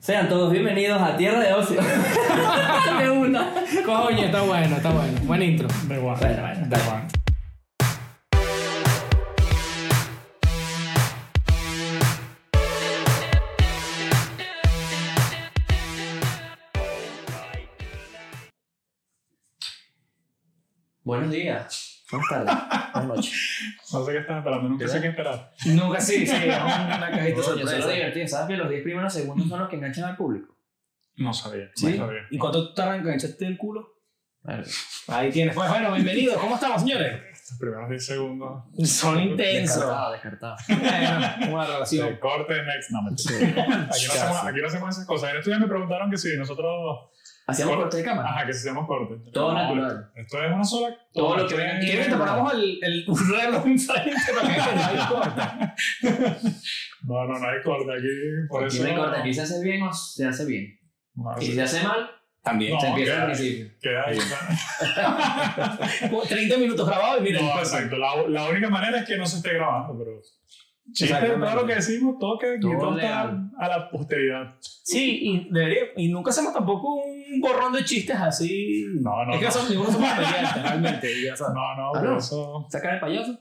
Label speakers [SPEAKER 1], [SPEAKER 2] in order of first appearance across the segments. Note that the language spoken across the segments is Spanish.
[SPEAKER 1] Sean todos bienvenidos a Tierra de Ocio. de una.
[SPEAKER 2] Coño, está bueno, está bueno. Buen intro.
[SPEAKER 3] Da igual.
[SPEAKER 1] Bueno, bueno,
[SPEAKER 3] Da igual.
[SPEAKER 1] Buenos días. Buenas tardes. Buenas noches.
[SPEAKER 3] No sé qué estás esperando, nunca sé qué esperar.
[SPEAKER 2] Nunca sí, sí, es una
[SPEAKER 1] Coño,
[SPEAKER 2] cajita
[SPEAKER 1] eso es lo
[SPEAKER 2] sorpresa.
[SPEAKER 1] divertido. ¿Sabes que los 10 primeros segundos son los que enganchan al público?
[SPEAKER 3] No sabía,
[SPEAKER 2] ¿Sí?
[SPEAKER 3] no sabía.
[SPEAKER 2] ¿Y cuánto tardan en echaste el culo?
[SPEAKER 1] Bueno,
[SPEAKER 2] Ahí tienes. Pues bueno, bienvenidos. ¿Cómo estamos, señores?
[SPEAKER 3] Los primeros 10 segundos.
[SPEAKER 2] Son intensos.
[SPEAKER 1] descartado, descartado.
[SPEAKER 2] Bueno, una
[SPEAKER 3] de
[SPEAKER 2] relación.
[SPEAKER 3] corte, next. No, mentira. aquí, no hacemos, aquí no hacemos esas cosas. En estos días me preguntaron que si nosotros.
[SPEAKER 1] Hacíamos corte de cámara.
[SPEAKER 3] Ajá, que si hacemos corte.
[SPEAKER 1] Todo
[SPEAKER 3] No,
[SPEAKER 1] natural.
[SPEAKER 3] Esto es una sola.
[SPEAKER 1] Todo lo que ven aquí.
[SPEAKER 3] Esto
[SPEAKER 2] ¿Quieres
[SPEAKER 3] es-
[SPEAKER 2] que te ponemos el, el un reloj enfrente para que no hay corta?
[SPEAKER 3] No, no, no hay corte aquí. Por
[SPEAKER 1] Aquí
[SPEAKER 3] eso.
[SPEAKER 1] no hay corte. Aquí se hace bien o se hace bien.
[SPEAKER 3] No,
[SPEAKER 1] Y si
[SPEAKER 3] sí,
[SPEAKER 1] se hace mal,
[SPEAKER 2] También.
[SPEAKER 3] No,
[SPEAKER 1] se empieza
[SPEAKER 3] queda
[SPEAKER 1] al
[SPEAKER 3] ahí.
[SPEAKER 1] principio.
[SPEAKER 3] Queda ahí.
[SPEAKER 2] Como 30 minutos grabados y pues, mira.
[SPEAKER 3] No,
[SPEAKER 2] corta.
[SPEAKER 3] exacto. La, la única manera es que no se esté grabando, pero. Chiste,
[SPEAKER 2] Exactamente.
[SPEAKER 3] todo lo que decimos, todo queda aquí,
[SPEAKER 1] Todo
[SPEAKER 3] todo está
[SPEAKER 1] legal.
[SPEAKER 3] a la posteridad.
[SPEAKER 2] Sí, y debería. Y nunca hacemos tampoco un borrón de chistes así.
[SPEAKER 3] No, no,
[SPEAKER 2] Es que
[SPEAKER 3] no.
[SPEAKER 2] somos, ninguno somos comediantes, realmente. y ya sabes.
[SPEAKER 3] No, no,
[SPEAKER 1] Ah,
[SPEAKER 3] por
[SPEAKER 1] no.
[SPEAKER 3] eso.
[SPEAKER 1] Sacar el payaso.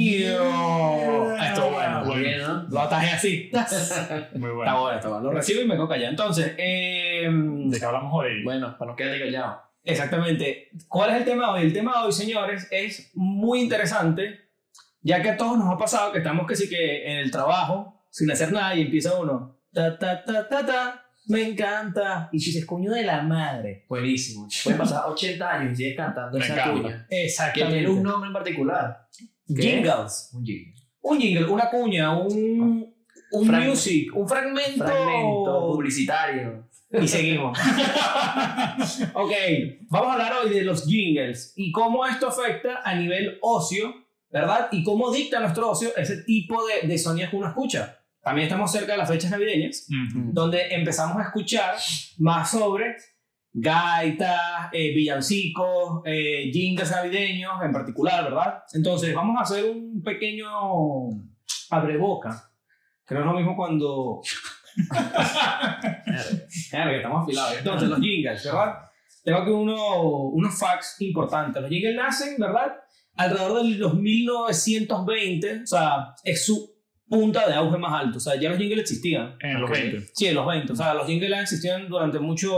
[SPEAKER 2] ¡Coño!
[SPEAKER 3] Yeah.
[SPEAKER 2] Esto es Ah, bueno.
[SPEAKER 3] Bueno.
[SPEAKER 1] Bien, ¿no?
[SPEAKER 2] Lo atajé así. ¡Tas!
[SPEAKER 3] Muy
[SPEAKER 2] Está
[SPEAKER 3] bueno.
[SPEAKER 2] bueno, está bueno. Lo recibo y me quedo callado. Entonces, eh,
[SPEAKER 3] ¿De qué hablamos hoy?
[SPEAKER 1] Bueno, para no quedar callado.
[SPEAKER 2] exactamente. ¿Cuál es el tema de hoy? El tema de hoy, señores, es muy interesante, ya que a todos nos ha pasado que estamos que sí que en el trabajo, sin hacer nada, y empieza uno. Ta, ta, ta, ta, ta. Me encanta. Y dices, coño de la madre.
[SPEAKER 1] Buenísimo. Pueden pasar 80 años y sigues cantando
[SPEAKER 3] Me
[SPEAKER 1] esa
[SPEAKER 3] encanta.
[SPEAKER 1] cuña. Que
[SPEAKER 2] Exactamente.
[SPEAKER 1] tiene un nombre en particular. ¿Qué?
[SPEAKER 2] Jingles.
[SPEAKER 1] Un jingle.
[SPEAKER 2] Un jingle, una cuña, un, un
[SPEAKER 1] Frag-
[SPEAKER 2] music, un fragmento.
[SPEAKER 1] Fragmento publicitario.
[SPEAKER 2] Y seguimos. ok, vamos a hablar hoy de los jingles y cómo esto afecta a nivel ocio, ¿verdad? Y cómo dicta nuestro ocio ese tipo de, de sonidos que uno escucha. También estamos cerca de las fechas navideñas,
[SPEAKER 3] Ujú.
[SPEAKER 2] donde empezamos a escuchar más sobre gaitas, eh, villancicos, eh, jingles navideños en particular, ¿verdad? Entonces vamos a hacer un pequeño abreboca, que no es lo mismo cuando... Claro, que estamos afilados. Entonces los jingles, ¿verdad? Tengo aquí uno, unos facts importantes. Los jingles nacen, ¿verdad? Alrededor de los 1920, o sea, es su punta de auge más alto. O sea, ya los jingles existían.
[SPEAKER 3] En los
[SPEAKER 1] Ok.
[SPEAKER 3] 20.
[SPEAKER 2] Sí, en los 20. O sea, los jingles existían durante mucho,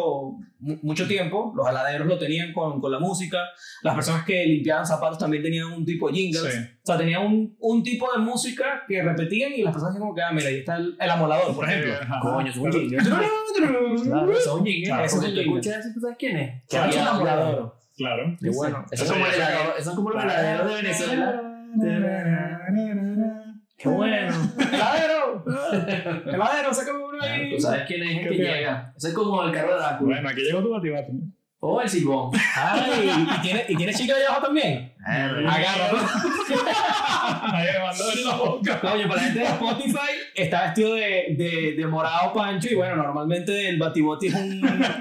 [SPEAKER 2] mu- mucho tiempo. Los aladeros lo tenían con, con la música. Las personas que limpiaban zapatos también tenían un tipo de jingles.
[SPEAKER 3] Sí.
[SPEAKER 2] O sea, tenían un, un tipo de música que repetían y las personas decían como que, ah, mira, ahí está el, el amolador, por ejemplo.
[SPEAKER 3] Eh,
[SPEAKER 2] Ah,
[SPEAKER 3] Ajá.
[SPEAKER 1] Coño, es un
[SPEAKER 3] Claro.
[SPEAKER 1] jingle. Claro, eso es un jingle.
[SPEAKER 3] Claro,
[SPEAKER 1] Eso
[SPEAKER 2] es un
[SPEAKER 1] que tú
[SPEAKER 2] jingle.
[SPEAKER 1] escuchas eso, ¿tú sabes quién es?
[SPEAKER 2] Que había el amolador.
[SPEAKER 3] Claro.
[SPEAKER 2] Qué bueno.
[SPEAKER 1] Eso es
[SPEAKER 3] Eso
[SPEAKER 1] como
[SPEAKER 3] ya
[SPEAKER 1] el
[SPEAKER 3] se acabó.
[SPEAKER 1] heladero- eso es como los heladeros de Venezuela.
[SPEAKER 2] Qué bueno. ¡Heladero! ¡Heladero, sácame uno
[SPEAKER 1] Claro,
[SPEAKER 2] ahí!
[SPEAKER 1] Tú sabes quién es el
[SPEAKER 3] Qué
[SPEAKER 1] que
[SPEAKER 3] bien.
[SPEAKER 1] llega. Eso es como el carro de Drácula.
[SPEAKER 3] Bueno, aquí llegó tu batibate.
[SPEAKER 1] O el silbón.
[SPEAKER 2] ¡Ay! ¿Y tiene, y tiene chica allá abajo también?
[SPEAKER 1] Ah,
[SPEAKER 2] Agárralo.
[SPEAKER 3] Ahí me mandó en la boca.
[SPEAKER 2] Coño, para la gente de Spotify está vestido de, de, de morado pancho y bueno, normalmente el batiboti es un,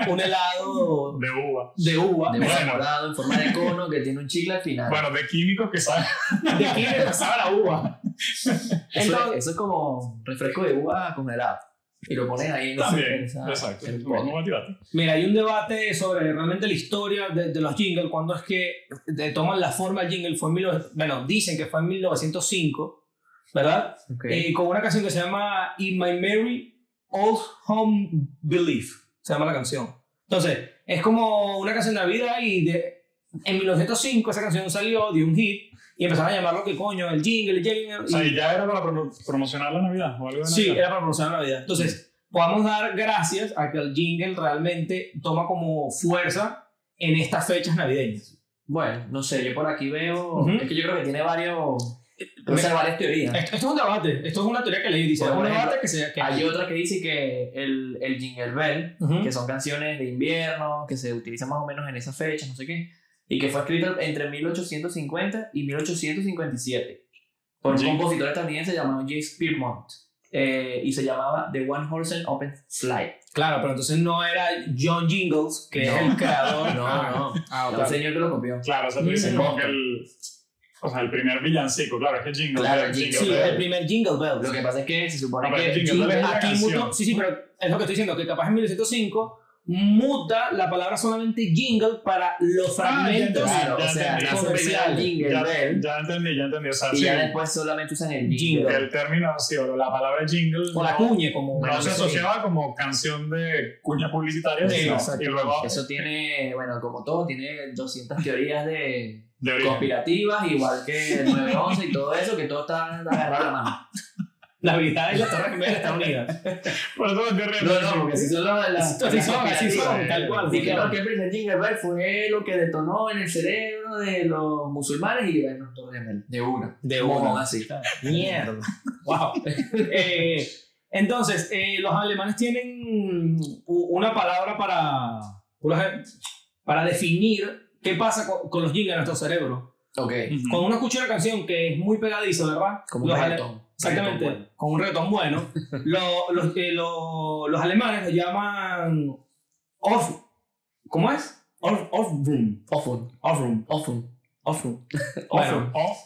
[SPEAKER 2] un helado
[SPEAKER 3] De uva.
[SPEAKER 2] de uva.
[SPEAKER 1] De
[SPEAKER 2] De,
[SPEAKER 1] huevo
[SPEAKER 3] Bueno.
[SPEAKER 1] morado en forma de cono que tiene un chicle al final.
[SPEAKER 3] Bueno, de químicos que saben.
[SPEAKER 2] aquí le pasaba la uva.
[SPEAKER 1] Eso,
[SPEAKER 2] Entonces-
[SPEAKER 1] es, eso es como refresco de uva congelado. Y lo pones ahí en
[SPEAKER 3] También.
[SPEAKER 1] esa-
[SPEAKER 3] Exacto.
[SPEAKER 1] en el
[SPEAKER 3] Tu mismo
[SPEAKER 1] pote.
[SPEAKER 3] batibate.
[SPEAKER 2] Mira, hay un debate sobre realmente la historia de, de los jingles, cuando es que te toman la forma del jingle. Fue en mil nove- bueno, dicen que fue en 1905, ¿verdad?
[SPEAKER 1] Ok.
[SPEAKER 2] Eh, con una canción que se llama In My Merry Old Home Belief. Se llama la canción. Entonces, es como una canción de Navidad y de, en 1905 esa canción salió, dio un hit y empezaron a llamarlo que coño, el jingle, el jingle.
[SPEAKER 3] O
[SPEAKER 2] y-
[SPEAKER 3] sea, y ya era para promo- promocionar la Navidad o algo de
[SPEAKER 2] Sí, eh,
[SPEAKER 3] Navidad.
[SPEAKER 2] era para promocionar Navidad. Entonces, podamos dar gracias a que el jingle realmente toma como fuerza en estas fechas navideñas.
[SPEAKER 1] Bueno, no sé, yo por aquí veo.
[SPEAKER 2] Ujú.
[SPEAKER 1] Es que yo creo que tiene varios. O
[SPEAKER 2] me-
[SPEAKER 1] sea, varias teorías.
[SPEAKER 2] Esto, esto es un debate, esto es una teoría que leí, dice,
[SPEAKER 1] Por
[SPEAKER 2] es un
[SPEAKER 1] ejemplo,
[SPEAKER 2] debate que se... Que,
[SPEAKER 1] Hay otra que dice que el, el Jingle Bell,
[SPEAKER 2] Ujú.
[SPEAKER 1] que son canciones de invierno, que se utilizan más o menos en esas fechas, no sé qué, y que fue escrito entre 1850 y 1857 por un
[SPEAKER 3] Jim.
[SPEAKER 1] compositor estadounidense llamado James Pierpont, eh, y se llamaba The One Horse and Open Slide.
[SPEAKER 2] Claro, pero entonces no era John Jingles, que es
[SPEAKER 1] No.
[SPEAKER 2] el creador.
[SPEAKER 1] No, no,
[SPEAKER 2] Ah,
[SPEAKER 1] un señor que lo copió.
[SPEAKER 3] Claro, o sea, tú dices
[SPEAKER 1] Mm.
[SPEAKER 3] como que el. O sea, el primer villancico, claro, es que Jingle
[SPEAKER 1] Claro,
[SPEAKER 3] Bell,
[SPEAKER 1] Jingle
[SPEAKER 2] Sí,
[SPEAKER 3] Bell.
[SPEAKER 2] el primer Jingle Bells.
[SPEAKER 1] Lo que pasa es que se supone
[SPEAKER 3] No, pero
[SPEAKER 1] que.
[SPEAKER 3] Jingle Bell es la
[SPEAKER 2] aquí
[SPEAKER 3] canción.
[SPEAKER 2] mutó, sí, sí, pero es lo que estoy diciendo, que capaz en 1905 muta la palabra solamente jingle para los
[SPEAKER 3] Ah, ya entendí,
[SPEAKER 2] fragmentos
[SPEAKER 1] Claro,
[SPEAKER 3] ya
[SPEAKER 1] o sea,
[SPEAKER 3] entendí.
[SPEAKER 1] lanzan primero el
[SPEAKER 2] comercial.
[SPEAKER 1] Jingle
[SPEAKER 3] Ya-
[SPEAKER 1] Bell
[SPEAKER 3] Ya entendí, ya entendí. O sea,
[SPEAKER 1] y
[SPEAKER 3] sí,
[SPEAKER 1] ya después solamente usan el
[SPEAKER 2] Jingle.
[SPEAKER 1] Jingle.
[SPEAKER 3] el término, sí, o la palabra jingle
[SPEAKER 2] o la
[SPEAKER 3] no,
[SPEAKER 2] cuña como
[SPEAKER 3] no se
[SPEAKER 2] sí.
[SPEAKER 3] asociaba como canción de cuña publicitaria,
[SPEAKER 2] Sí,
[SPEAKER 3] sino-
[SPEAKER 2] exacto.
[SPEAKER 3] y luego
[SPEAKER 1] Eso tiene, bueno, como todo, tiene 200 teorías de
[SPEAKER 3] de origen.
[SPEAKER 1] conspirativas, igual que el 911 y todo eso, que todo está agarrado a la mano.
[SPEAKER 2] La habilidad de la Torre Gemela de Estados Unidos.
[SPEAKER 3] Por eso me estoy
[SPEAKER 1] No,
[SPEAKER 3] riendo.
[SPEAKER 1] no, porque si son las- las.
[SPEAKER 2] Así son,
[SPEAKER 1] las
[SPEAKER 2] así son,
[SPEAKER 1] conspirativas.
[SPEAKER 2] tal cual.
[SPEAKER 1] Así que no, que el primer Jingle Bell fue lo que detonó en el cerebro de los musulmanes y bueno, todo de- de una.
[SPEAKER 2] De
[SPEAKER 1] Mojón así.
[SPEAKER 2] Mierda. Wow. Eh, entonces, eh, los alemanes tienen u- una palabra para, una- para definir qué pasa con, con los jingles en nuestro cerebro.
[SPEAKER 1] Ok.
[SPEAKER 2] Cuando uno escucha una canción que es muy pegadiza, ¿verdad?
[SPEAKER 1] Como un
[SPEAKER 2] Los ale-
[SPEAKER 1] reggaetón.
[SPEAKER 2] Exactamente,
[SPEAKER 1] Reggaetón,
[SPEAKER 2] con un reggaetón bueno. lo- los, eh, lo- los alemanes lo llaman off. ¿Cómo es? Off, off room.
[SPEAKER 1] pues. Ofun.
[SPEAKER 2] Off room.
[SPEAKER 1] Ofun.
[SPEAKER 2] Off room.
[SPEAKER 1] Ofun.
[SPEAKER 3] Off.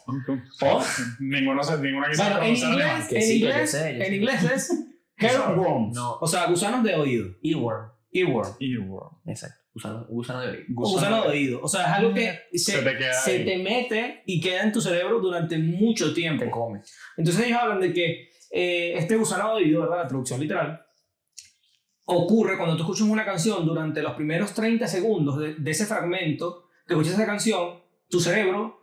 [SPEAKER 2] Off.
[SPEAKER 3] Ninguno se, ninguna quiso
[SPEAKER 2] Bueno, en
[SPEAKER 3] pronunciar alemán.
[SPEAKER 2] inglés,
[SPEAKER 1] Que
[SPEAKER 2] en,
[SPEAKER 1] sí, que yo
[SPEAKER 2] inglés
[SPEAKER 1] sé, yo
[SPEAKER 2] en
[SPEAKER 1] sé.
[SPEAKER 2] inglés es hairworms.
[SPEAKER 1] No.
[SPEAKER 2] O sea, gusanos de oído.
[SPEAKER 1] Earworm.
[SPEAKER 2] Earworm.
[SPEAKER 3] Earworm.
[SPEAKER 1] Exacto. Gusano, gusano de oído.
[SPEAKER 2] Gusano, gusano de oído. O sea, es algo que se,
[SPEAKER 3] Se te queda
[SPEAKER 2] se
[SPEAKER 3] ahí.
[SPEAKER 2] te mete y queda en tu cerebro durante mucho
[SPEAKER 1] Te
[SPEAKER 2] tiempo.
[SPEAKER 1] come.
[SPEAKER 2] Entonces ellos hablan de que eh, este gusano de oído, ¿verdad? La traducción literal, ocurre cuando tú escuchas una canción durante los primeros 30 segundos de, de ese fragmento, que escuchas esa canción, tu cerebro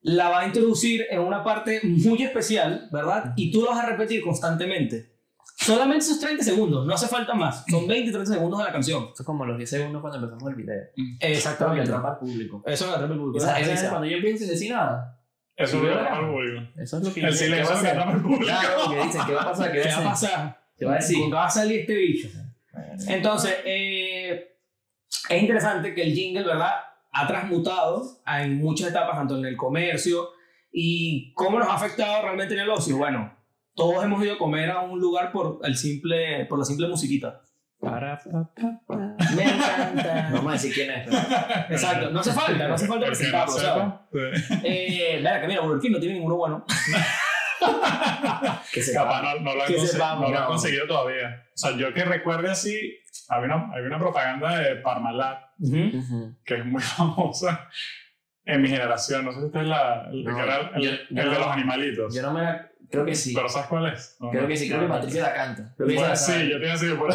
[SPEAKER 2] la va a introducir en una parte muy especial, ¿verdad? Y tú la vas a repetir constantemente. Solamente esos 30 segundos, no hace falta más. Son 20, 30 segundos de la canción.
[SPEAKER 1] Eso es como los 10 segundos cuando empezamos el video. Tengo que
[SPEAKER 2] Exactamente.
[SPEAKER 1] atrapar al público.
[SPEAKER 2] Eso me atrapa el público.
[SPEAKER 1] Mm. Esa, esa es
[SPEAKER 2] Esa-
[SPEAKER 1] cuando yo empiezo a decir nada.
[SPEAKER 3] Eso
[SPEAKER 1] Sí,
[SPEAKER 3] lo
[SPEAKER 1] ¿verdad?
[SPEAKER 3] llama al público.
[SPEAKER 1] Eso es lo que
[SPEAKER 3] El
[SPEAKER 1] dicen, ¿qué
[SPEAKER 3] silencio que
[SPEAKER 1] va a hacer?
[SPEAKER 3] llama al público.
[SPEAKER 1] Claro, que dicen, ¿qué va a pasar? ¿Qué
[SPEAKER 2] ¿Qué
[SPEAKER 1] va
[SPEAKER 2] va a
[SPEAKER 1] a hacer?
[SPEAKER 2] pasar?
[SPEAKER 1] ¿Qué va a decir?
[SPEAKER 2] ¿Cuándo va a salir este bicho? Entonces, eh, es interesante que el jingle, ¿verdad? Ha transmutado a- en muchas etapas, tanto en el comercio y cómo nos ha afectado realmente en el ocio. Bueno, todos hemos ido a comer a un lugar por, el simple, por la simple musiquita.
[SPEAKER 3] Para, pa, pa, pa.
[SPEAKER 2] Me encanta.
[SPEAKER 1] No vamos a decir quién es. pero-
[SPEAKER 2] Exacto, no hace falta, no hace falta
[SPEAKER 3] El que no
[SPEAKER 2] presentarlo, ¿sabes?
[SPEAKER 3] sepa, sí.
[SPEAKER 2] Eh, mira, que mira, Burger King no tiene ninguno bueno.
[SPEAKER 1] Que se
[SPEAKER 3] Capaz no, no lo han,
[SPEAKER 1] Que
[SPEAKER 3] conse-
[SPEAKER 1] sepamos,
[SPEAKER 3] no lo han
[SPEAKER 1] no.
[SPEAKER 3] conseguido todavía. O sea, yo que recuerde así, había una, había una propaganda de Parmalat
[SPEAKER 2] Ujú.
[SPEAKER 1] Ujú.
[SPEAKER 3] que es muy famosa en mi generación. No sé si esta es la, el,
[SPEAKER 1] No,
[SPEAKER 3] que era el,
[SPEAKER 1] yo-
[SPEAKER 3] el
[SPEAKER 1] yo
[SPEAKER 3] de
[SPEAKER 1] no-
[SPEAKER 3] los animalitos.
[SPEAKER 1] Yo no me la. Creo que sí.
[SPEAKER 3] Pero ¿sabes cuál es? No,
[SPEAKER 1] Creo
[SPEAKER 3] no.
[SPEAKER 1] que sí. Creo que Patricia la canta. Creo que esa
[SPEAKER 3] Bueno,
[SPEAKER 1] la
[SPEAKER 3] sí,
[SPEAKER 1] sabe.
[SPEAKER 3] yo te iba a decir, por,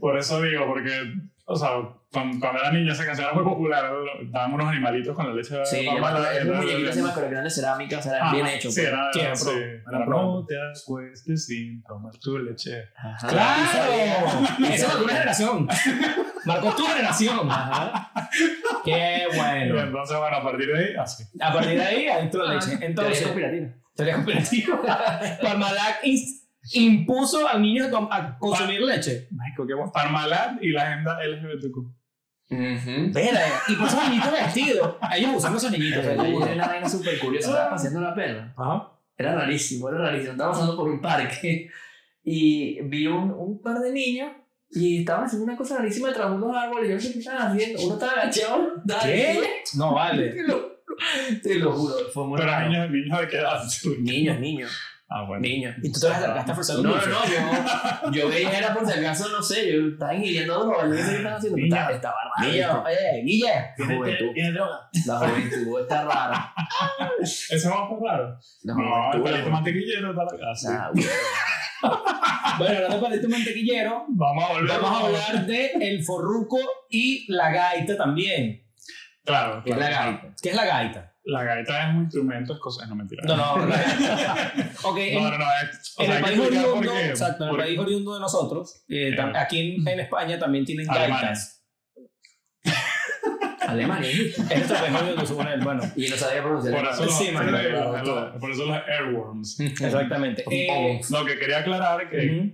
[SPEAKER 3] por eso digo, porque, o sea, cuando, cuando era niña esa canción era muy popular, lo- daban unos animalitos con la leche de
[SPEAKER 1] Sí, yo me
[SPEAKER 3] palma,
[SPEAKER 1] acuerdo. Es
[SPEAKER 3] era-
[SPEAKER 1] un muñequito así, me acuerdo que era de cerámica, o sea, era
[SPEAKER 3] Ajá,
[SPEAKER 1] bien hecho.
[SPEAKER 3] Sí,
[SPEAKER 1] pues.
[SPEAKER 3] era,
[SPEAKER 2] Sí, era
[SPEAKER 3] sí,
[SPEAKER 2] pro,
[SPEAKER 3] era
[SPEAKER 2] era pro.
[SPEAKER 3] no te acuestes sin tomar tu leche.
[SPEAKER 1] Ajá.
[SPEAKER 2] ¡Claro! Esa es una generación. Marcó tu generación.
[SPEAKER 1] Ajá.
[SPEAKER 2] ¡Qué
[SPEAKER 3] Y
[SPEAKER 2] bueno!
[SPEAKER 3] entonces, bueno, a partir de ahí, así.
[SPEAKER 2] A partir de ahí, adentro leche.
[SPEAKER 1] Ah. Teoría
[SPEAKER 2] Entonces,
[SPEAKER 1] conspirativa.
[SPEAKER 2] teoría conspirativa. Parmalat ins- impuso a niños a, tom- a consumir leche.
[SPEAKER 3] Mágico, qué bueno. Parmalat y la agenda LGBTQ.
[SPEAKER 1] Ujú.
[SPEAKER 2] Vera, y por esos niñitos vestidos. Ellos usando esos
[SPEAKER 1] Pero
[SPEAKER 3] Eh,
[SPEAKER 2] niñitos.
[SPEAKER 1] yo era una vaina súper curiosa. Estaba paseando la perra.
[SPEAKER 2] Ajá.
[SPEAKER 1] Era rarísimo, era rarísimo. Estaba pasando por un parque y vi un, un par de niños y estaban haciendo una cosa rarísima tras unos árboles. Yo no sé qué estaban haciendo. Uno estaba agachado. estaba
[SPEAKER 2] ¿Qué?
[SPEAKER 1] aquí.
[SPEAKER 2] No vale.
[SPEAKER 1] Te lo, te lo juro, fue muy
[SPEAKER 3] Pero
[SPEAKER 1] raro.
[SPEAKER 3] eran niños, niños de qué edad.
[SPEAKER 1] Niños, niños,
[SPEAKER 3] Ah, bueno.
[SPEAKER 1] niños.
[SPEAKER 2] Y tú te vas a gastar forzando
[SPEAKER 1] No, no, no, yo, yo veía era por si acaso, no sé, yo estaba ingiriendo drogas, no sé qué estaban haciendo, pero
[SPEAKER 3] Niño.
[SPEAKER 1] estaba, estaba raro.
[SPEAKER 2] Guilla, oye, Guilla.
[SPEAKER 1] La juventud,
[SPEAKER 3] ¿Tiene droga?
[SPEAKER 1] la juventud está rara.
[SPEAKER 3] ¿Ese va a estar raro?
[SPEAKER 1] La
[SPEAKER 3] No, el
[SPEAKER 1] juventud, la
[SPEAKER 3] palito
[SPEAKER 1] juventud.
[SPEAKER 3] mantequillero está la casa.
[SPEAKER 1] Nah, güey.
[SPEAKER 2] Bueno, hablando para este mantequillero,
[SPEAKER 3] Vamos a volver.
[SPEAKER 2] vamos a hablar de el forruco y la gaita también.
[SPEAKER 3] Claro,
[SPEAKER 1] ¿Qué es
[SPEAKER 3] claro.
[SPEAKER 1] la gaita?
[SPEAKER 2] ¿Qué es la gaita?
[SPEAKER 3] La gaita es un instrumento escocés, no mentira.
[SPEAKER 2] No, no, la Ok, en-
[SPEAKER 3] No, no, no, es. o sea,
[SPEAKER 2] En el
[SPEAKER 3] hay que
[SPEAKER 2] país
[SPEAKER 3] explicar por
[SPEAKER 2] oriundo,
[SPEAKER 3] qué,
[SPEAKER 2] exacto, en el
[SPEAKER 3] porque
[SPEAKER 2] país oriundo de nosotros, eh, tam-
[SPEAKER 3] Eh,
[SPEAKER 2] aquí en, en España también tienen
[SPEAKER 3] Alemania.
[SPEAKER 2] gaitas.
[SPEAKER 1] Alemania. ¿viste?
[SPEAKER 2] En nuestro país oriundo, supongo, en el- bueno.
[SPEAKER 1] Y no sabía pronunciar.
[SPEAKER 3] Por eso, los,
[SPEAKER 2] Sí, man,
[SPEAKER 3] los-
[SPEAKER 1] claro,
[SPEAKER 3] los-
[SPEAKER 1] todo.
[SPEAKER 3] por eso los airworms.
[SPEAKER 2] Exactamente. Eh,
[SPEAKER 3] Lo que quería aclarar es que,
[SPEAKER 2] ujú.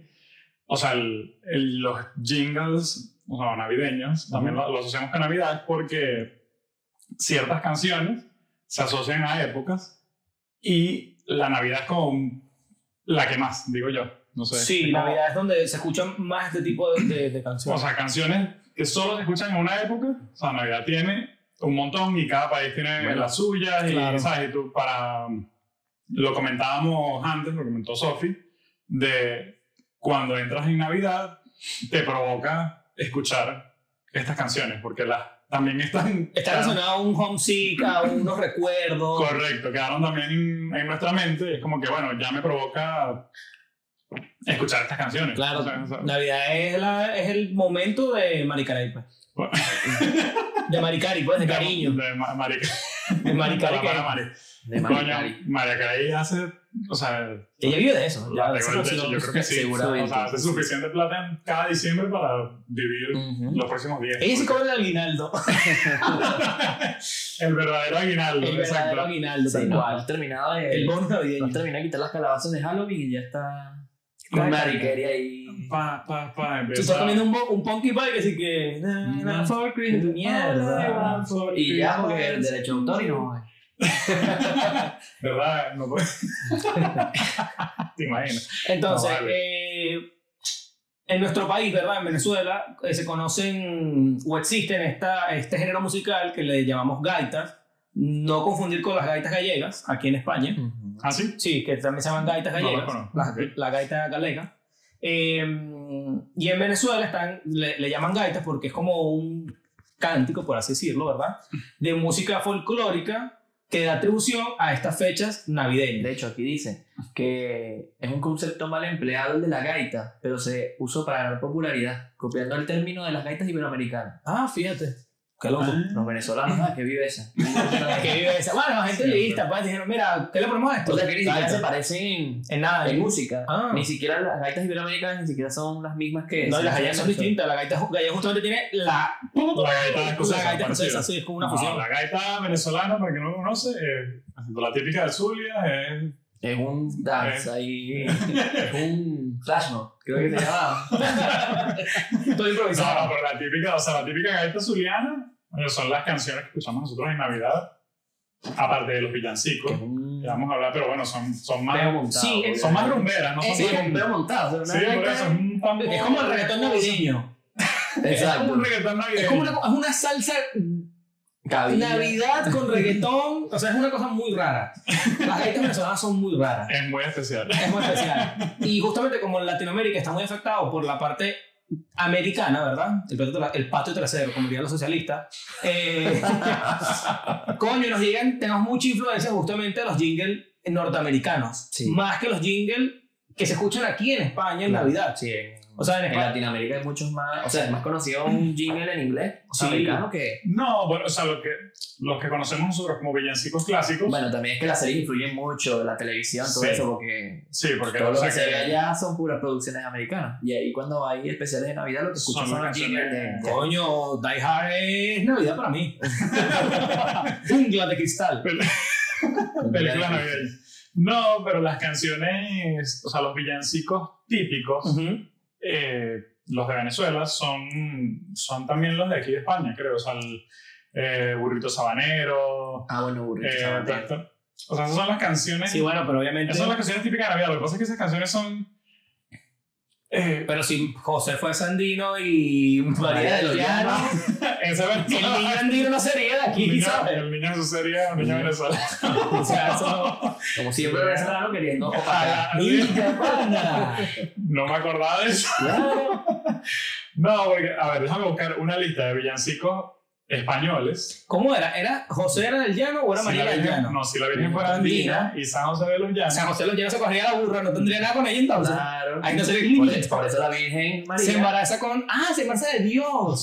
[SPEAKER 3] o sea, el- el- los jingles o sea, navideños también lo- los asociamos con Navidad porque ciertas canciones se asocian a épocas y la Navidad es como la que más, digo yo. No sé.
[SPEAKER 2] Sí,
[SPEAKER 3] Es como-
[SPEAKER 2] Navidad es donde se escuchan más este tipo de, de- de
[SPEAKER 3] O
[SPEAKER 2] canciones.
[SPEAKER 3] sea, canciones que solo se escuchan en una época. O sea, Navidad tiene un montón y cada país tiene
[SPEAKER 2] Bueno,
[SPEAKER 3] las suyas y,
[SPEAKER 2] claro.
[SPEAKER 3] ¿sabes? Y tú para... um, Lo comentábamos antes, lo comentó Sofi, de cuando entras en Navidad te provoca escuchar estas canciones porque las también están...
[SPEAKER 2] Está relacionado a un homesick, a unos recuerdos.
[SPEAKER 3] Correcto, quedaron también en, en nuestra mente. Es como que, bueno, ya me provoca escuchar estas canciones.
[SPEAKER 2] Claro,
[SPEAKER 3] O sea, o sea,
[SPEAKER 2] Navidad es, la- es el momento de Maricaray, pues.
[SPEAKER 3] Bueno.
[SPEAKER 2] De Maricari, pues, de cariño.
[SPEAKER 3] De, ma- marica-
[SPEAKER 2] De Maricari.
[SPEAKER 3] de la Mara Mari.
[SPEAKER 1] De
[SPEAKER 3] Coño,
[SPEAKER 1] Maricari.
[SPEAKER 3] María Carey hace, o sea,
[SPEAKER 2] que- Ella vive de eso. ya,
[SPEAKER 3] la
[SPEAKER 2] de eso
[SPEAKER 3] pegó el
[SPEAKER 2] sí
[SPEAKER 3] techo,
[SPEAKER 2] lo-
[SPEAKER 3] yo creo que sí.
[SPEAKER 1] seguramente,
[SPEAKER 3] O sea, hace
[SPEAKER 1] sí, sí,
[SPEAKER 3] suficiente plata en cada diciembre para vivir
[SPEAKER 2] Ujú.
[SPEAKER 3] los próximos días.
[SPEAKER 2] Ella sí cobra el aguinaldo.
[SPEAKER 3] El verdadero aguinaldo,
[SPEAKER 2] El verdadero
[SPEAKER 3] exacto.
[SPEAKER 2] aguinaldo,
[SPEAKER 1] Sí,
[SPEAKER 2] tal
[SPEAKER 1] no,
[SPEAKER 2] cual.
[SPEAKER 1] no has terminado de.
[SPEAKER 2] El bono
[SPEAKER 1] no has
[SPEAKER 2] navideño.
[SPEAKER 1] terminado de quitar las calabazas de Halloween y ya está.
[SPEAKER 3] Con
[SPEAKER 1] Con
[SPEAKER 3] Marica.
[SPEAKER 1] Maricari ahí.
[SPEAKER 3] Pa, pa, pa,
[SPEAKER 2] Tú
[SPEAKER 3] empieza.
[SPEAKER 2] estás comiendo un, bo- un punky pie que así que. na, na, for Christmas, tu mierda.
[SPEAKER 1] Y ya, porque el derecho de autor y no. eh.
[SPEAKER 3] ¿Verdad? No puede. Te imaginas.
[SPEAKER 2] Entonces,
[SPEAKER 3] No,
[SPEAKER 2] eh, en nuestro país, ¿verdad? En Venezuela, eh, se conocen o existen esta, este género musical que le llamamos gaitas. No confundir con las gaitas gallegas, aquí en España.
[SPEAKER 3] ¿Ah, sí?
[SPEAKER 2] Sí, que también se llaman gaitas
[SPEAKER 3] No las
[SPEAKER 2] gallegas.
[SPEAKER 3] conozco,
[SPEAKER 2] la,
[SPEAKER 3] ok.
[SPEAKER 2] la gaita galega. Eh, y en Venezuela están, le, le llaman gaitas porque es como un cántico, por así decirlo, ¿verdad? De música folclórica que da atribución a estas fechas navideñas.
[SPEAKER 1] De hecho, aquí dice que es un concepto mal empleado el de la gaita, pero se usó para ganar popularidad, copiando el término de las gaitas iberoamericanas.
[SPEAKER 2] Ah, fíjate. Qué loco.
[SPEAKER 1] Los venezolanos, ah, qué viveza.
[SPEAKER 2] que vive esa. Bueno, la gente
[SPEAKER 3] Sí,
[SPEAKER 2] lista, pues dijeron, mira, ¿qué le ponemos a esto?
[SPEAKER 1] O sea, que ni siquiera
[SPEAKER 2] Gaita.
[SPEAKER 1] se parecen
[SPEAKER 2] en nada.
[SPEAKER 1] en
[SPEAKER 2] en-
[SPEAKER 1] música.
[SPEAKER 2] Ah.
[SPEAKER 1] Ni siquiera las gaitas iberoamericanas ni siquiera son las mismas que.
[SPEAKER 2] No,
[SPEAKER 1] se hacen
[SPEAKER 2] las gallegas son
[SPEAKER 1] en-
[SPEAKER 2] distintas. La gaita gallega justamente tiene la.
[SPEAKER 3] La gaita escocesa,
[SPEAKER 2] La gaita
[SPEAKER 3] parecida.
[SPEAKER 2] escocesa, sí, es como una
[SPEAKER 3] No,
[SPEAKER 2] fusión.
[SPEAKER 3] Ah, la gaita venezolana, para que no lo conoce, eh, la típica de Zulia eh, es
[SPEAKER 1] Es un dance ahí. Es un flash mob, creo que se llamaba.
[SPEAKER 2] Todo
[SPEAKER 3] No, no,
[SPEAKER 2] improvisado.
[SPEAKER 3] pero la típica, o sea, la típica gaita zuliana eh, son las canciones que escuchamos nosotros en Navidad, aparte de los
[SPEAKER 1] Que
[SPEAKER 3] villancicos,
[SPEAKER 1] es un
[SPEAKER 3] que vamos a hablar, pero bueno, son, son
[SPEAKER 1] peo
[SPEAKER 3] más,
[SPEAKER 1] montado.
[SPEAKER 2] sí,
[SPEAKER 1] porque-
[SPEAKER 3] son más rumberas, no son
[SPEAKER 1] Sí,
[SPEAKER 2] Sí,
[SPEAKER 1] es un peo
[SPEAKER 3] tan...
[SPEAKER 1] montado. o sea,
[SPEAKER 3] Sí,
[SPEAKER 1] una
[SPEAKER 3] por
[SPEAKER 1] gaita-
[SPEAKER 3] eso, es un tambor.
[SPEAKER 2] Es como el reggaetón navideño.
[SPEAKER 3] Es como
[SPEAKER 1] Exacto.
[SPEAKER 3] un reggaetón navideño.
[SPEAKER 2] Es como una, es una salsa
[SPEAKER 1] Cabilla.
[SPEAKER 2] Navidad con reggaetón. O sea, es una cosa muy rara. Las gaitas venezolanas son muy raras.
[SPEAKER 3] Es muy especial.
[SPEAKER 2] Es muy especial. Y justamente como en Latinoamérica está muy afectado por la parte americana, ¿verdad? El patio, tra- el patio trasero, como dirían los socialistas. Eh, coño, nos llegan, tenemos mucha influencia justamente de los jingles norteamericanos.
[SPEAKER 1] Sí.
[SPEAKER 2] Más que los jingles que se escuchan aquí en España en
[SPEAKER 1] Claro.
[SPEAKER 2] Navidad.
[SPEAKER 1] Sí, en,
[SPEAKER 2] O sea, en
[SPEAKER 1] en
[SPEAKER 2] España-
[SPEAKER 1] Latinoamérica hay muchos más. O sea, es más conocido un jingle en inglés
[SPEAKER 2] Sí.
[SPEAKER 1] americano que.
[SPEAKER 3] No, bueno, o sea, lo que, los que conocemos nosotros como villancicos clásicos,
[SPEAKER 1] Bueno, también es que las series influyen mucho, la televisión, todo
[SPEAKER 3] Sí.
[SPEAKER 1] eso, porque.
[SPEAKER 3] sí, porque
[SPEAKER 1] todo
[SPEAKER 3] o
[SPEAKER 1] lo
[SPEAKER 3] sea,
[SPEAKER 1] que se
[SPEAKER 3] que
[SPEAKER 1] ve allá son puras producciones americanas. Y ahí cuando hay especiales de Navidad, lo que escuchas
[SPEAKER 3] Son
[SPEAKER 1] son los jingles de.
[SPEAKER 3] canciones-
[SPEAKER 2] Coño, Die Hard es Navidad para mí. Jungla de cristal.
[SPEAKER 3] películas navideñas. No, pero las canciones, o sea, los villancicos típicos, eh, los de Venezuela son, son también los de aquí de España, creo. O sea, el eh, burrito sabanero.
[SPEAKER 1] Ah, bueno, burrito.
[SPEAKER 3] eh,
[SPEAKER 1] sabanero.
[SPEAKER 3] todo esto. o sea, esas son las canciones.
[SPEAKER 2] Sí, bueno, pero obviamente.
[SPEAKER 3] esas son las canciones típicas de Navidad. Lo que pasa es que esas canciones son. Eh,
[SPEAKER 2] Pero si José fue Sandino y María de los Llanos,
[SPEAKER 3] esa
[SPEAKER 2] el
[SPEAKER 3] Venezuela-
[SPEAKER 2] niño andino no sería de
[SPEAKER 3] el
[SPEAKER 2] aquí,
[SPEAKER 3] niño-
[SPEAKER 2] ¿sabes?
[SPEAKER 3] El niño Jesús sería un niño
[SPEAKER 1] Niño.
[SPEAKER 3] venezolano.
[SPEAKER 2] O sea, eso no.
[SPEAKER 1] Como siempre, venezolano queriendo.
[SPEAKER 3] Ah,
[SPEAKER 2] ¡Mi
[SPEAKER 3] sí,
[SPEAKER 2] hermana!
[SPEAKER 3] No me acordaba de eso.
[SPEAKER 1] Claro.
[SPEAKER 3] No, porque, a ver, déjame buscar una lista de villancicos españoles.
[SPEAKER 2] ¿Cómo era? ¿Era José era del Llano o era
[SPEAKER 3] Si
[SPEAKER 2] María
[SPEAKER 3] la
[SPEAKER 2] del
[SPEAKER 3] Virgen-
[SPEAKER 2] Llano?
[SPEAKER 3] No, si la Virgen fuera andina y San José de los
[SPEAKER 2] O
[SPEAKER 3] Llanos.
[SPEAKER 2] sea, José de los Llanos se corría la burra, no tendría nada con ella entonces.
[SPEAKER 1] Claro.
[SPEAKER 2] Ahí no sería el
[SPEAKER 1] Por
[SPEAKER 2] niño.
[SPEAKER 1] eso, por eso la Virgen
[SPEAKER 2] Se
[SPEAKER 1] María.
[SPEAKER 2] embaraza con. ¡Ah, se embaraza de Dios!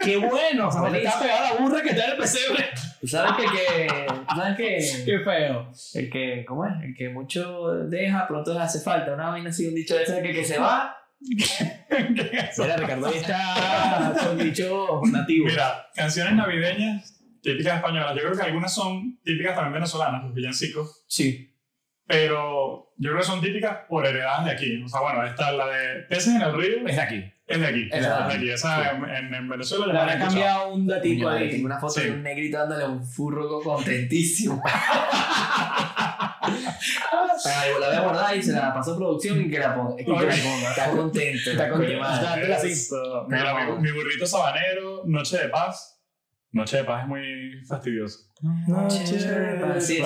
[SPEAKER 2] ¡Qué bueno! O sea, José estaba pegado a la burra que está en el pesebre.
[SPEAKER 1] Tú sabes que, que, tú sabes que
[SPEAKER 2] ¡Qué feo!
[SPEAKER 1] el que, ¿cómo es? El que mucho deja, pronto le hace falta. Una vaina así, un dicho de esas que, que se va.
[SPEAKER 2] Mira, Ricardo ahí está con dicho nativo.
[SPEAKER 3] Mira, canciones navideñas típicas españolas. Yo creo que algunas son típicas también venezolanas, los villancicos.
[SPEAKER 2] Sí.
[SPEAKER 3] Pero yo creo que son típicas por heredadas de aquí. O sea, bueno, esta, la de Peces en el Río,
[SPEAKER 2] Es de aquí.
[SPEAKER 3] es de aquí.
[SPEAKER 1] Es de
[SPEAKER 3] de aquí.
[SPEAKER 1] aquí.
[SPEAKER 3] Esa en, en Venezuela ya
[SPEAKER 2] Le
[SPEAKER 3] la
[SPEAKER 2] habrá
[SPEAKER 3] han escuchado.
[SPEAKER 2] cambiado un datico
[SPEAKER 1] Coño, vale,
[SPEAKER 2] ahí.
[SPEAKER 1] tengo una foto
[SPEAKER 3] Sí.
[SPEAKER 1] de un negrito dándole un furro contentísimo. Para la voy a guardar y se la pasó a producción y que la ponga. y que la
[SPEAKER 3] Ok.
[SPEAKER 1] ponga. Está contento.
[SPEAKER 2] Está contento.
[SPEAKER 1] coño, madre.
[SPEAKER 2] Dátela así.
[SPEAKER 1] Eso,
[SPEAKER 3] Mira,
[SPEAKER 1] no.
[SPEAKER 3] mi, mi burrito sabanero, Noche de Paz. Noche de paz es muy fastidioso.
[SPEAKER 1] Sí, eso es un
[SPEAKER 3] Es que-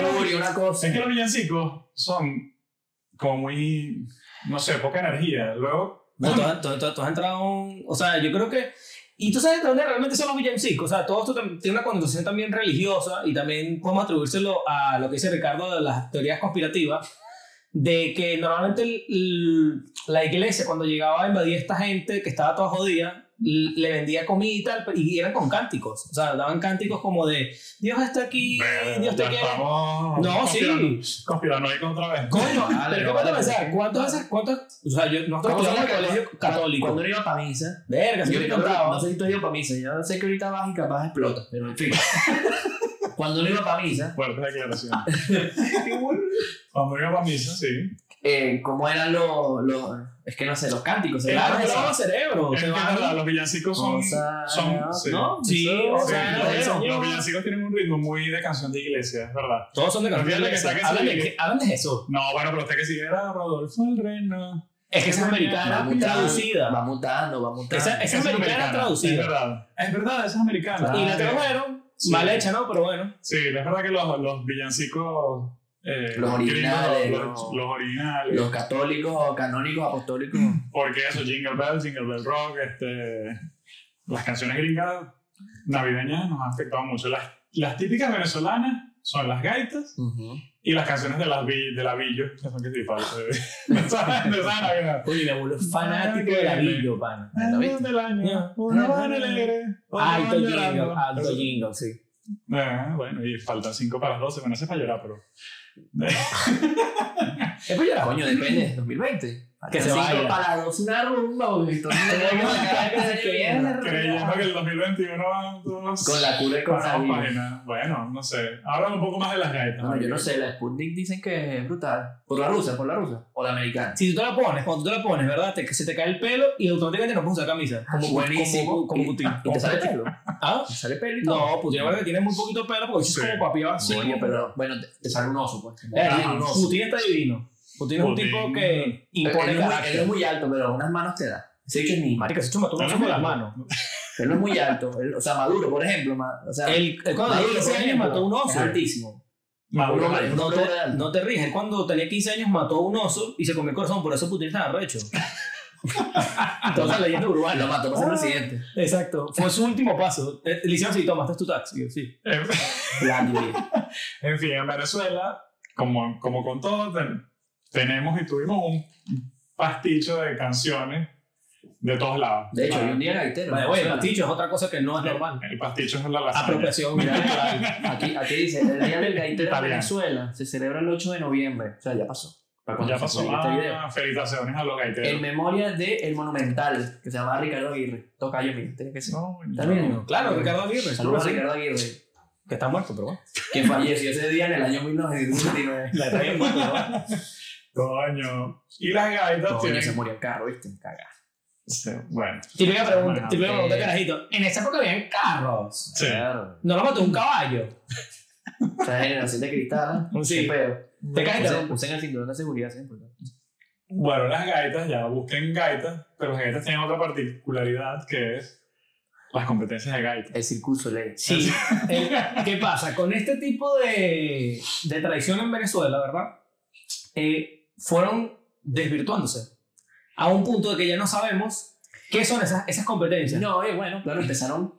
[SPEAKER 1] augurio, una cosa.
[SPEAKER 3] Es que los villancicos son como muy, no sé, poca energía. Luego,
[SPEAKER 2] No, tú, has- tú- tú- tú has entrado a un... O sea, yo creo que... Y tú sabes de dónde realmente son los villancicos. O sea, todo esto tam- tiene una connotación también religiosa y también podemos atribuírselo a lo que dice Ricardo de las teorías conspirativas, de que normalmente el- el- la iglesia cuando llegaba a invadir a esta gente que estaba toda jodida, l- le vendía comida y tal, y eran con cánticos. O sea, daban cánticos como de, Dios está aquí, Dios te
[SPEAKER 3] ya
[SPEAKER 2] quiere.
[SPEAKER 3] estamos
[SPEAKER 2] No,
[SPEAKER 3] conspirano-
[SPEAKER 2] sí.
[SPEAKER 3] Conspiranoicos otra vez.
[SPEAKER 2] Coño,
[SPEAKER 1] Vale,
[SPEAKER 2] pero ¿cómo te
[SPEAKER 1] vale.
[SPEAKER 2] pensar? ¿Cuántas veces, cuántas? O sea, yo, nosotros
[SPEAKER 1] Vamos a
[SPEAKER 2] estudiamos en
[SPEAKER 1] hablar
[SPEAKER 2] el
[SPEAKER 1] de
[SPEAKER 2] colegio católico.
[SPEAKER 1] Cuando uno iba para misa,
[SPEAKER 2] Verga, si
[SPEAKER 1] yo
[SPEAKER 2] me
[SPEAKER 1] yo-
[SPEAKER 2] contaba.
[SPEAKER 1] no sé si tú has ido para misa, yo sé que ahorita vas y capaz explota, pero en fin. Cuando uno iba para misa,
[SPEAKER 3] Fuerte declaración. Cuando iba para misa, sí.
[SPEAKER 1] eh, ¿cómo eran los, los. Es que no sé, los cánticos?
[SPEAKER 3] Era
[SPEAKER 1] ¿verdad?
[SPEAKER 2] Claro,
[SPEAKER 3] esa.
[SPEAKER 2] lavaba cerebro.
[SPEAKER 3] Es
[SPEAKER 2] se
[SPEAKER 3] que es
[SPEAKER 2] van-
[SPEAKER 3] verdad, los villancicos son.
[SPEAKER 1] Cosa-
[SPEAKER 3] son sí.
[SPEAKER 1] ¿no?
[SPEAKER 2] Sí,
[SPEAKER 1] Eso-
[SPEAKER 2] o
[SPEAKER 3] Sí,
[SPEAKER 2] sea,
[SPEAKER 3] los,
[SPEAKER 2] lo
[SPEAKER 1] eso.
[SPEAKER 2] señor.
[SPEAKER 3] los villancicos tienen un ritmo muy de canción de iglesia, es verdad.
[SPEAKER 2] Todos son de
[SPEAKER 3] Pero
[SPEAKER 2] canción
[SPEAKER 3] fíjate que
[SPEAKER 2] inglesa.
[SPEAKER 3] saque
[SPEAKER 2] Hablan
[SPEAKER 3] ese
[SPEAKER 2] de- Hablan de Jesús.
[SPEAKER 3] No, bueno, pero usted que sigue era Rodolfo el Reno.
[SPEAKER 2] Es que esa es americana
[SPEAKER 1] Vamos, Va
[SPEAKER 2] traducida.
[SPEAKER 1] mutando, va mutando.
[SPEAKER 2] Esa- esa- Es americana traducida.
[SPEAKER 3] Es verdad. Es verdad, esa es americana.
[SPEAKER 2] Y la
[SPEAKER 3] Sí.
[SPEAKER 2] tradujeron.
[SPEAKER 1] Sí.
[SPEAKER 2] Mal hecha, ¿no? Pero bueno.
[SPEAKER 3] Sí, es verdad que los, los villancicos. eh,
[SPEAKER 1] Los originales,
[SPEAKER 3] gringos, los,
[SPEAKER 1] los-
[SPEAKER 3] los originales.
[SPEAKER 1] Los católicos, o canónicos, apostólicos.
[SPEAKER 3] Porque eso, Jingle Bell, Jingle Bell Rock, este, las canciones gringas navideñas nos han afectado mucho. Las, las típicas venezolanas son las gaitas
[SPEAKER 1] Ujú.
[SPEAKER 3] y las canciones de, las vi- de la Villo, que son que sí, falso. De, de esa de esa Navidad.
[SPEAKER 2] Oye, mi abuelo es fanático de la Billo, pana.
[SPEAKER 1] ¿Lo Ah, viste? Ah,
[SPEAKER 3] del año,
[SPEAKER 1] una banda alegre,
[SPEAKER 2] Alto jingle, alto jingle, sí.
[SPEAKER 3] Ah, bueno, y faltan 5 para las 12, bueno, ese es para llorar, pero.
[SPEAKER 1] Es para llorar. Coño, depende, 2020.
[SPEAKER 2] Que se vaya.
[SPEAKER 1] Para dos, una rumba, porque todo el mundo tiene que sacar este año que viene.
[SPEAKER 3] Creyendo que el 2021 va todos.
[SPEAKER 1] Con la cura de
[SPEAKER 3] pasamos
[SPEAKER 1] coronavirus.
[SPEAKER 3] página. Bueno, no sé. Hablan un poco más de las gaitas.
[SPEAKER 1] No, yo no sé, la Sputnik dicen que es brutal. Por la rusa, por la rusa. O la americana.
[SPEAKER 2] Si tú te la pones, cuando tú te la pones, ¿verdad? Te- que se te cae el pelo y automáticamente no puedes usar camisa. Como, Como, como
[SPEAKER 1] Y-
[SPEAKER 2] Putin.
[SPEAKER 1] ¿Y te sale pelo?
[SPEAKER 2] ¿Ah?
[SPEAKER 1] ¿Te sale pelo y todo?
[SPEAKER 2] No, Putin, la verdad, que tiene muy poquito pelo porque es
[SPEAKER 3] Sí.
[SPEAKER 2] como papiaba así.
[SPEAKER 1] Coño, pero bueno, te, te sale un oso, pues.
[SPEAKER 2] Eh,
[SPEAKER 1] Te sale un oso.
[SPEAKER 2] Putin está divino. Putin es un
[SPEAKER 3] Putin.
[SPEAKER 2] tipo que
[SPEAKER 1] Él
[SPEAKER 2] impone
[SPEAKER 1] es muy- él
[SPEAKER 2] carácter.
[SPEAKER 1] es muy alto, pero unas manos te da. Ese dicho es ni
[SPEAKER 2] Marica, se chuma, tú no con las manos.
[SPEAKER 1] Él no es muy alto. Él- o sea, Maduro, por ejemplo. ma- o sea,
[SPEAKER 2] Él, él cuando tenía
[SPEAKER 1] Maduro,
[SPEAKER 2] 15
[SPEAKER 1] por
[SPEAKER 2] años
[SPEAKER 1] ejemplo,
[SPEAKER 2] mató a un
[SPEAKER 1] Es
[SPEAKER 2] oso.
[SPEAKER 1] altísimo.
[SPEAKER 3] Maduro,
[SPEAKER 1] Maduro,
[SPEAKER 2] No te,
[SPEAKER 1] Maduro.
[SPEAKER 2] no te ríes, él cuando tenía 15 años mató a un oso y se comió el corazón, por eso Putin estaba recho. Entonces leyenda
[SPEAKER 1] Ah,
[SPEAKER 2] urbana.
[SPEAKER 1] lo mató para ser
[SPEAKER 2] Ah.
[SPEAKER 1] presidente.
[SPEAKER 2] Exacto, fue su último paso. Eh, Le hicieron así, toma, este es tu taxi. Y yo, Sí.
[SPEAKER 3] En,
[SPEAKER 1] Vladimir.
[SPEAKER 3] en fin, en Venezuela, como, como con todo, ten- tenemos y tuvimos un pasticho de canciones de todos lados.
[SPEAKER 1] De hecho,
[SPEAKER 3] Ah,
[SPEAKER 1] hay un día gaitero.
[SPEAKER 2] Vale,
[SPEAKER 1] ¿no?
[SPEAKER 2] bueno,
[SPEAKER 1] O sea,
[SPEAKER 2] pasticho es otra cosa que no es normal.
[SPEAKER 3] el pasticho es la lasaña.
[SPEAKER 2] Apropiación cultural.
[SPEAKER 1] Oh, Aquí, aquí dice, el día del gaitero en
[SPEAKER 3] Italiano.
[SPEAKER 1] Venezuela se celebra el 8 de noviembre. O sea, ya pasó. Para cuando
[SPEAKER 3] Ya
[SPEAKER 1] se
[SPEAKER 3] pasó.
[SPEAKER 1] publique este video.
[SPEAKER 3] Ah, felicitaciones a los
[SPEAKER 1] En
[SPEAKER 3] gaiteros.
[SPEAKER 1] memoria de El Monumental, que se llama Ricardo Aguirre. Toca yo, mira, tiene que ser.
[SPEAKER 3] No,
[SPEAKER 1] Está bien.
[SPEAKER 2] Claro, Ricardo Aguirre.
[SPEAKER 1] Saludos a
[SPEAKER 2] seguro, sí.
[SPEAKER 1] Ricardo Aguirre,
[SPEAKER 2] Que está muerto, pero bueno.
[SPEAKER 1] que falleció ese día en el año 1929.
[SPEAKER 2] La está bien muerto, ¿no?
[SPEAKER 3] Coño. Y las gaitas
[SPEAKER 1] Coño,
[SPEAKER 3] tienen.
[SPEAKER 1] se murió el carro, ¿viste? Caga.
[SPEAKER 3] Sí, bueno.
[SPEAKER 2] Típica pregunta,
[SPEAKER 3] Bueno,
[SPEAKER 2] típica
[SPEAKER 1] eh.
[SPEAKER 2] pregunta, carajito. En esa época habían carros.
[SPEAKER 3] Sí.
[SPEAKER 1] Claro.
[SPEAKER 2] No lo mató un caballo.
[SPEAKER 1] O sea, generación de cristal. ¿no?
[SPEAKER 2] Sí.
[SPEAKER 1] Qué pedo.
[SPEAKER 2] Te caes y te
[SPEAKER 1] Usen-
[SPEAKER 2] rompes.
[SPEAKER 1] Usen el cinturón de seguridad, sí, importante.
[SPEAKER 3] Bueno, las gaitas, ya busquen gaitas, pero las gaitas tienen otra particularidad que es las competencias de gaitas.
[SPEAKER 1] El circuito ley.
[SPEAKER 2] Sí. Eh, ¿Qué pasa? Con este tipo de, de tradición en Venezuela, ¿verdad? Eh, fueron desvirtuándose a un punto de que ya no sabemos qué son esas, esas competencias.
[SPEAKER 1] No, y bueno, claro, empezaron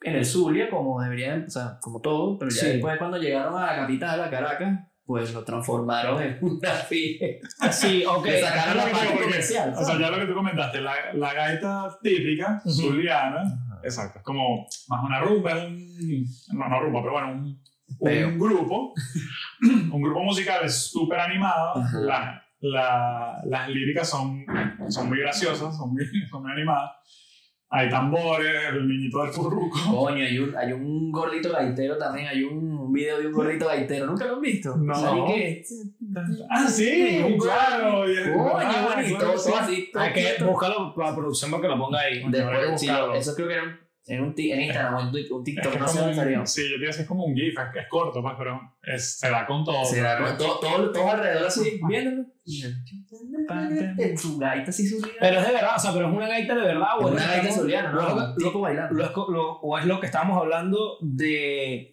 [SPEAKER 1] en el Zulia, como deberían, o sea, como todo, pero ya
[SPEAKER 2] Sí.
[SPEAKER 1] después cuando llegaron a la capital, a Caracas, pues lo transformaron en una fiesta.
[SPEAKER 2] Sí, ok.
[SPEAKER 1] Le sacaron
[SPEAKER 3] Ya
[SPEAKER 1] la
[SPEAKER 3] lo que
[SPEAKER 1] parte
[SPEAKER 3] digo, porque-
[SPEAKER 1] comercial.
[SPEAKER 3] O sea, ya lo que tú comentaste, la, la gaita típica,
[SPEAKER 2] Ujú.
[SPEAKER 3] zuliana, exacto, es como más una rumba, es un- no, no rumba, pero bueno, un, un
[SPEAKER 1] Pero.
[SPEAKER 3] grupo, un grupo musical es súper animado,
[SPEAKER 1] Ajá.
[SPEAKER 3] la- la- las líricas son, son muy graciosas, son muy, son muy animadas, hay tambores, el niñito del furruco.
[SPEAKER 1] Coño, hay un, hay un gordito gaitero también, hay un video de un gordito gaitero, ¿nunca lo han visto?
[SPEAKER 3] No.
[SPEAKER 1] O sea, ¿y qué?
[SPEAKER 3] Ah, sí,
[SPEAKER 1] Sí,
[SPEAKER 3] claro. y-
[SPEAKER 1] Coño,
[SPEAKER 3] ah,
[SPEAKER 1] bueno, y
[SPEAKER 3] claro,
[SPEAKER 1] todo
[SPEAKER 3] sí.
[SPEAKER 1] así, todo
[SPEAKER 2] Hay que
[SPEAKER 1] quieto.
[SPEAKER 2] buscarlo para la producción para que lo ponga ahí.
[SPEAKER 3] Coño, habrá que
[SPEAKER 1] Después, sí,
[SPEAKER 3] buscarlo.
[SPEAKER 1] eso creo que era un En, un ti- en Instagram o en tu- un
[SPEAKER 3] Es
[SPEAKER 1] TikTok,
[SPEAKER 3] que
[SPEAKER 1] no
[SPEAKER 3] es
[SPEAKER 1] sé
[SPEAKER 3] como
[SPEAKER 1] dónde salió.
[SPEAKER 3] un, sí, yo te decía, es como un GIF, es, es corto, pues, pero es- se da con todo.
[SPEAKER 1] Se da
[SPEAKER 3] ¿verdad?
[SPEAKER 1] con todo, todo, todo alrededor así, viéndolo. En su gaita así subida.
[SPEAKER 2] Pero es de verdad, o sea, pero es una gaita de verdad,
[SPEAKER 1] Con
[SPEAKER 2] o
[SPEAKER 1] una
[SPEAKER 2] Ah, es-
[SPEAKER 1] gaita soliana, ¿no?
[SPEAKER 2] Loco-
[SPEAKER 1] Un tipo bailando.
[SPEAKER 2] lo es co- lo- o es lo que estábamos hablando de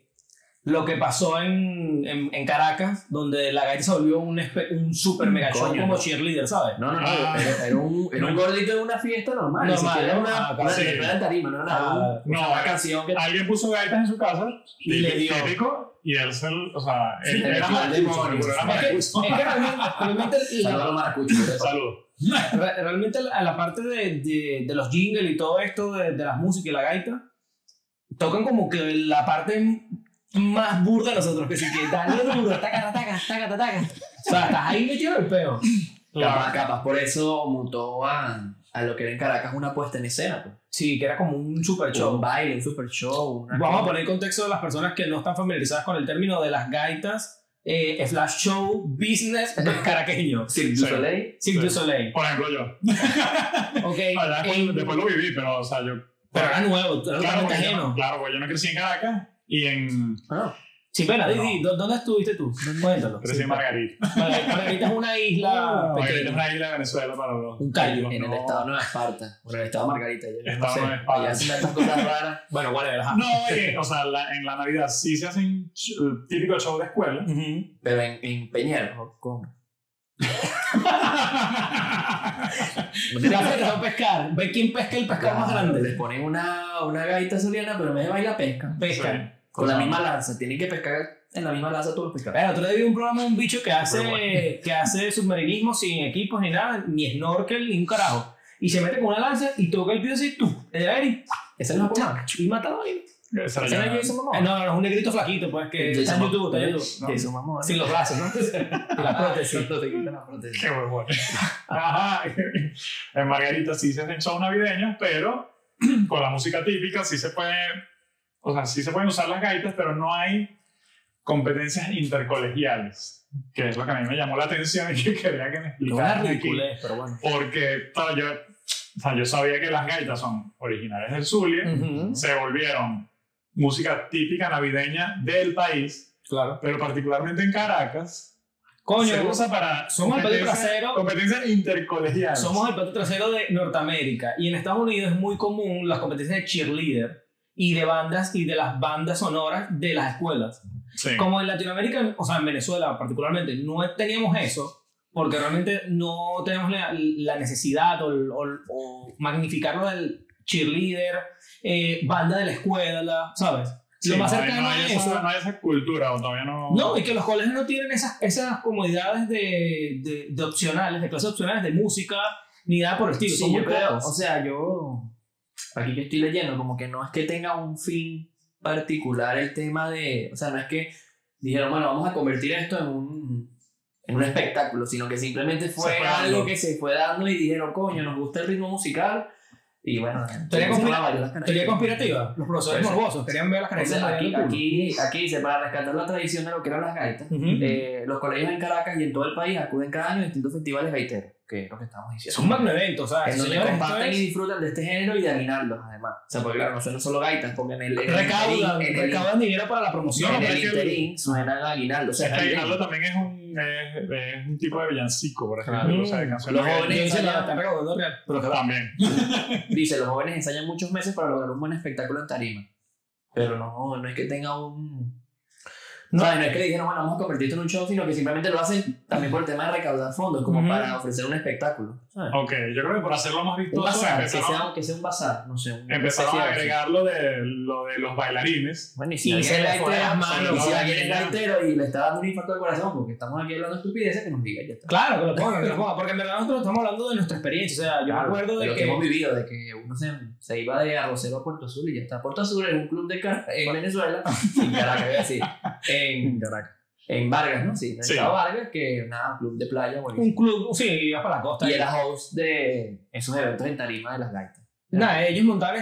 [SPEAKER 2] lo que pasó en, en, en Caracas, donde la gaita se volvió un, espe- un super mega show
[SPEAKER 1] Coño,
[SPEAKER 2] como
[SPEAKER 1] no.
[SPEAKER 2] cheerleader, ¿sabes?
[SPEAKER 1] No, no, no,
[SPEAKER 3] Ah.
[SPEAKER 1] era, era un, era un gordito de una fiesta normal. Ni
[SPEAKER 2] Normal,
[SPEAKER 1] siquiera
[SPEAKER 2] ¿no?
[SPEAKER 1] una,
[SPEAKER 2] Ah,
[SPEAKER 1] una,
[SPEAKER 3] sí.
[SPEAKER 1] no era en tarima, no era nada.
[SPEAKER 2] Ah,
[SPEAKER 1] O sea,
[SPEAKER 3] no,
[SPEAKER 1] una
[SPEAKER 3] eh,
[SPEAKER 1] canción que
[SPEAKER 3] Alguien puso gaitas en su casa,
[SPEAKER 2] Y le dio.
[SPEAKER 3] típico, y él se, o sea,
[SPEAKER 1] Sí,
[SPEAKER 3] él
[SPEAKER 1] le
[SPEAKER 3] era
[SPEAKER 1] dio al
[SPEAKER 3] maracucho,
[SPEAKER 1] demonio.
[SPEAKER 3] seguro era
[SPEAKER 2] Ah, Es que, es
[SPEAKER 3] maracucho.
[SPEAKER 2] que realmente, realmente la-
[SPEAKER 1] Saludos a los maracuchos.
[SPEAKER 3] Saludos.
[SPEAKER 2] Re- Realmente a la parte de, de, de los jingles y todo esto, de, de las músicas y la gaita, tocan como que la parte m- más burda de nosotros, que sí que dale duro, taca, taca, taca, taca, taca. O sea, estás ahí metido en el peo.
[SPEAKER 1] Capaz, capaz, por eso mutó a, a lo que era en Caracas una puesta en escena. Pues.
[SPEAKER 2] Sí, que era como un super
[SPEAKER 1] Un
[SPEAKER 2] show.
[SPEAKER 1] baile, un super show. una
[SPEAKER 2] Vamos a
[SPEAKER 1] cosa.
[SPEAKER 2] poner en contexto de las personas que no están familiarizadas con el término de las gaitas, eh, flash show, business caraqueño.
[SPEAKER 1] Cirque du
[SPEAKER 3] Sí.
[SPEAKER 1] Soleil.
[SPEAKER 2] Cirque du Soleil.
[SPEAKER 3] Por ejemplo, yo.
[SPEAKER 2] Ok.
[SPEAKER 3] Ah, ya después,
[SPEAKER 2] en-
[SPEAKER 3] después lo viví, pero, o sea, yo.
[SPEAKER 2] pero era nuevo, era
[SPEAKER 3] claro,
[SPEAKER 2] totalmente
[SPEAKER 3] porque yo, no-
[SPEAKER 2] ajeno.
[SPEAKER 3] claro, porque yo no crecí en Caracas y en.
[SPEAKER 1] Ah,
[SPEAKER 2] Sí, pena, Didi, ¿dó- ¿dónde estuviste tú? Cuéntalo.
[SPEAKER 3] Crecí en
[SPEAKER 2] Sí,
[SPEAKER 3] Margarita.
[SPEAKER 2] Margarita Margarita es una isla
[SPEAKER 3] Margarita es
[SPEAKER 2] pequeña.
[SPEAKER 3] una isla de Venezuela para los.
[SPEAKER 2] Un callo,
[SPEAKER 3] los
[SPEAKER 1] en el
[SPEAKER 3] no-
[SPEAKER 1] estado de Nueva Esparta. Bueno, el estado de Margarita. Yo no
[SPEAKER 3] Estado
[SPEAKER 1] sé.
[SPEAKER 3] Nueva Esparta.
[SPEAKER 1] Allá hacen tantas cosas raras.
[SPEAKER 2] Bueno, whatever, ajá.
[SPEAKER 3] No, y, o sea, la- en la Navidad sí se hacen ch- el típico show de escuela.
[SPEAKER 2] Ujú.
[SPEAKER 1] Pero en, en Peñero. ¿Cómo?
[SPEAKER 2] Ya aprendió a pescar. Ve quién pesca el pescado más
[SPEAKER 1] Les
[SPEAKER 2] grande.
[SPEAKER 1] ponen una, una gaita soliana, pero en vez de bailar, pescan.
[SPEAKER 2] Pesca.
[SPEAKER 1] Con la
[SPEAKER 3] Ajá.
[SPEAKER 1] misma lanza. Tienen que pescar en la misma lanza todos los pescadores.
[SPEAKER 2] Bueno, tú le vi un programa a un bicho que hace,
[SPEAKER 1] Pero
[SPEAKER 2] que hace submarinismo sin equipos ni nada, ni snorkel ni un carajo. Y se mete con una lanza y toca el pie así, tú, el aire
[SPEAKER 1] Ese no es Pokémon.
[SPEAKER 2] y, y mata a alguien.
[SPEAKER 3] Esa
[SPEAKER 1] Ese no es
[SPEAKER 3] era
[SPEAKER 1] Jason
[SPEAKER 2] Ah,
[SPEAKER 1] Momoa.
[SPEAKER 2] No, no, es un negrito flaquito, pues, que
[SPEAKER 1] Jason
[SPEAKER 2] está en
[SPEAKER 1] Momoa.
[SPEAKER 2] YouTube, está en YouTube. ¿no?
[SPEAKER 1] Jason Momoa.
[SPEAKER 2] Sin los brazos, ¿no? Y la prótesis.
[SPEAKER 1] Exacto, te quitan la prótesis.
[SPEAKER 3] Qué huevón. Ajá. En Margarita sí se hacen shows navideños, pero con la música típica sí se puede, o sea, sí se pueden usar las gaitas, pero no hay competencias intercolegiales, que es lo que a mí me llamó la atención y que quería que me
[SPEAKER 2] Una
[SPEAKER 3] explicaran aquí.
[SPEAKER 2] ridiculez, pero bueno.
[SPEAKER 3] Porque claro, yo, o sea, yo sabía que las gaitas son originales del Zulia,
[SPEAKER 2] Ujú,
[SPEAKER 3] se volvieron música típica navideña del país,
[SPEAKER 2] Claro.
[SPEAKER 3] pero particularmente en Caracas,
[SPEAKER 2] Coño,
[SPEAKER 3] se usa para
[SPEAKER 2] somos el país
[SPEAKER 3] competencias-
[SPEAKER 2] trasero.
[SPEAKER 3] competencias intercolegiales.
[SPEAKER 2] Somos el plato trasero de Norteamérica y en Estados Unidos es muy común las competencias de cheerleader y de bandas y de las bandas sonoras de las escuelas.
[SPEAKER 3] Sí.
[SPEAKER 2] Como en Latinoamérica, o sea, en Venezuela particularmente, no teníamos eso porque realmente no tenemos la, la necesidad o, o- o magnificarlo del cheerleader, eh, banda de la escuela, la- ¿sabes?
[SPEAKER 3] Sí,
[SPEAKER 2] Lo más
[SPEAKER 3] no hay-
[SPEAKER 2] cercano
[SPEAKER 3] no hay
[SPEAKER 2] a
[SPEAKER 3] esa-
[SPEAKER 2] eso
[SPEAKER 3] no hay esa cultura, o todavía no.
[SPEAKER 2] no, y que los colegios no tienen esas, esas comodidades de, de, de opcionales, de clases opcionales de música, ni nada por el estilo.
[SPEAKER 1] Sí,
[SPEAKER 2] Son muy
[SPEAKER 1] yo creo,
[SPEAKER 2] pocas.
[SPEAKER 1] o sea, yo aquí que estoy leyendo, como que no es que tenga un fin particular el tema de, o sea, no es que dijeron, bueno, vamos a convertir esto en un, en un espectáculo, sino que simplemente fue,
[SPEAKER 3] Se fue dando.
[SPEAKER 1] algo que se fue dando y dijeron, coño, nos gusta el ritmo musical y bueno,
[SPEAKER 2] Teoría,
[SPEAKER 1] se
[SPEAKER 2] conspira-
[SPEAKER 1] llama Bailar las Canarias.
[SPEAKER 2] teoría conspirativa. Los profesores
[SPEAKER 1] Puede ser.
[SPEAKER 2] morbosos querían ver las
[SPEAKER 1] O
[SPEAKER 2] carencias
[SPEAKER 1] sea,
[SPEAKER 2] de
[SPEAKER 1] aquí,
[SPEAKER 2] Adrián Pulpo.
[SPEAKER 1] aquí, aquí dice, para rescatar la tradición de lo que eran las gaitas,
[SPEAKER 2] Ujú.
[SPEAKER 1] eh, los colegios en Caracas y en todo el país acuden cada año a distintos festivales gaiteros, que es lo que estamos diciendo.
[SPEAKER 2] Es un magno evento, o sea,
[SPEAKER 1] En donde
[SPEAKER 2] señores, esto
[SPEAKER 1] comparten y
[SPEAKER 2] es-
[SPEAKER 1] disfrutan de este género y de aguinaldos, además. O sea, porque claro, no suenan solo gaitas, porque en el. En el
[SPEAKER 2] recaudan,
[SPEAKER 1] interín- en el,
[SPEAKER 2] recaudan dinero para la promoción.
[SPEAKER 3] No,
[SPEAKER 1] en
[SPEAKER 3] pero
[SPEAKER 1] el
[SPEAKER 3] es que-
[SPEAKER 1] interín suenan aguinaldos. O sea,
[SPEAKER 3] Es que
[SPEAKER 1] navideños.
[SPEAKER 3] Aldo también es un, es- es un tipo de villancico, por ejemplo.
[SPEAKER 2] Claro.
[SPEAKER 3] o sea, de canciones
[SPEAKER 1] Los
[SPEAKER 3] que-
[SPEAKER 1] jóvenes-
[SPEAKER 2] Yo hice la-
[SPEAKER 1] allá.
[SPEAKER 2] están recaudando real. Pero que va.
[SPEAKER 3] También.
[SPEAKER 1] dice: los jóvenes ensayan muchos meses para lograr un buen espectáculo en tarima. Pero no, no es que tenga un. No,
[SPEAKER 2] No.
[SPEAKER 1] no es que le dijeron, bueno, vamos a convertir esto en un show, sino que simplemente lo hacen también por el tema de recaudar fondos, como
[SPEAKER 2] Ujú.
[SPEAKER 1] para ofrecer un espectáculo. ¿sabes?
[SPEAKER 3] Ok, yo creo que por hacerlo más
[SPEAKER 1] Un
[SPEAKER 3] vistoso
[SPEAKER 1] bazar, que
[SPEAKER 3] empezaron,
[SPEAKER 1] sea, que sea un bazar, no sé. Un
[SPEAKER 3] empezaron a
[SPEAKER 1] festival, sí.
[SPEAKER 3] agregar lo de, lo de los bailarines.
[SPEAKER 1] Bueno, y si
[SPEAKER 2] Y
[SPEAKER 1] alguien
[SPEAKER 2] se
[SPEAKER 1] es
[SPEAKER 2] le fue
[SPEAKER 1] gaitero,
[SPEAKER 2] las manos,
[SPEAKER 1] y si
[SPEAKER 3] ¿no?
[SPEAKER 1] alguien es gaitero y le está dando un infarto al corazón, porque estamos aquí hablando de estupideces, que nos diga, ya está.
[SPEAKER 2] Claro, que lo pongan, que lo pongan. Porque en verdad nosotros estamos hablando de nuestra experiencia. O sea, yo me acuerdo
[SPEAKER 1] de
[SPEAKER 2] de
[SPEAKER 1] lo que,
[SPEAKER 2] que.
[SPEAKER 1] hemos vivido, de que uno se, se iba de Arrocero a Puerto Azul y ya está. Puerto Azul es un club de Car- en Venezuela, en Caracas, voy a decir, en, en Vargas, ¿no? Sí, en
[SPEAKER 3] Sí.
[SPEAKER 1] estado Vargas, que nada, un club de playa,
[SPEAKER 2] Un
[SPEAKER 1] buenísimo.
[SPEAKER 2] club, sí, ibas para la costa.
[SPEAKER 1] Y era host de esos eventos en tarima de las gaitas.
[SPEAKER 2] Nada, ellos montaban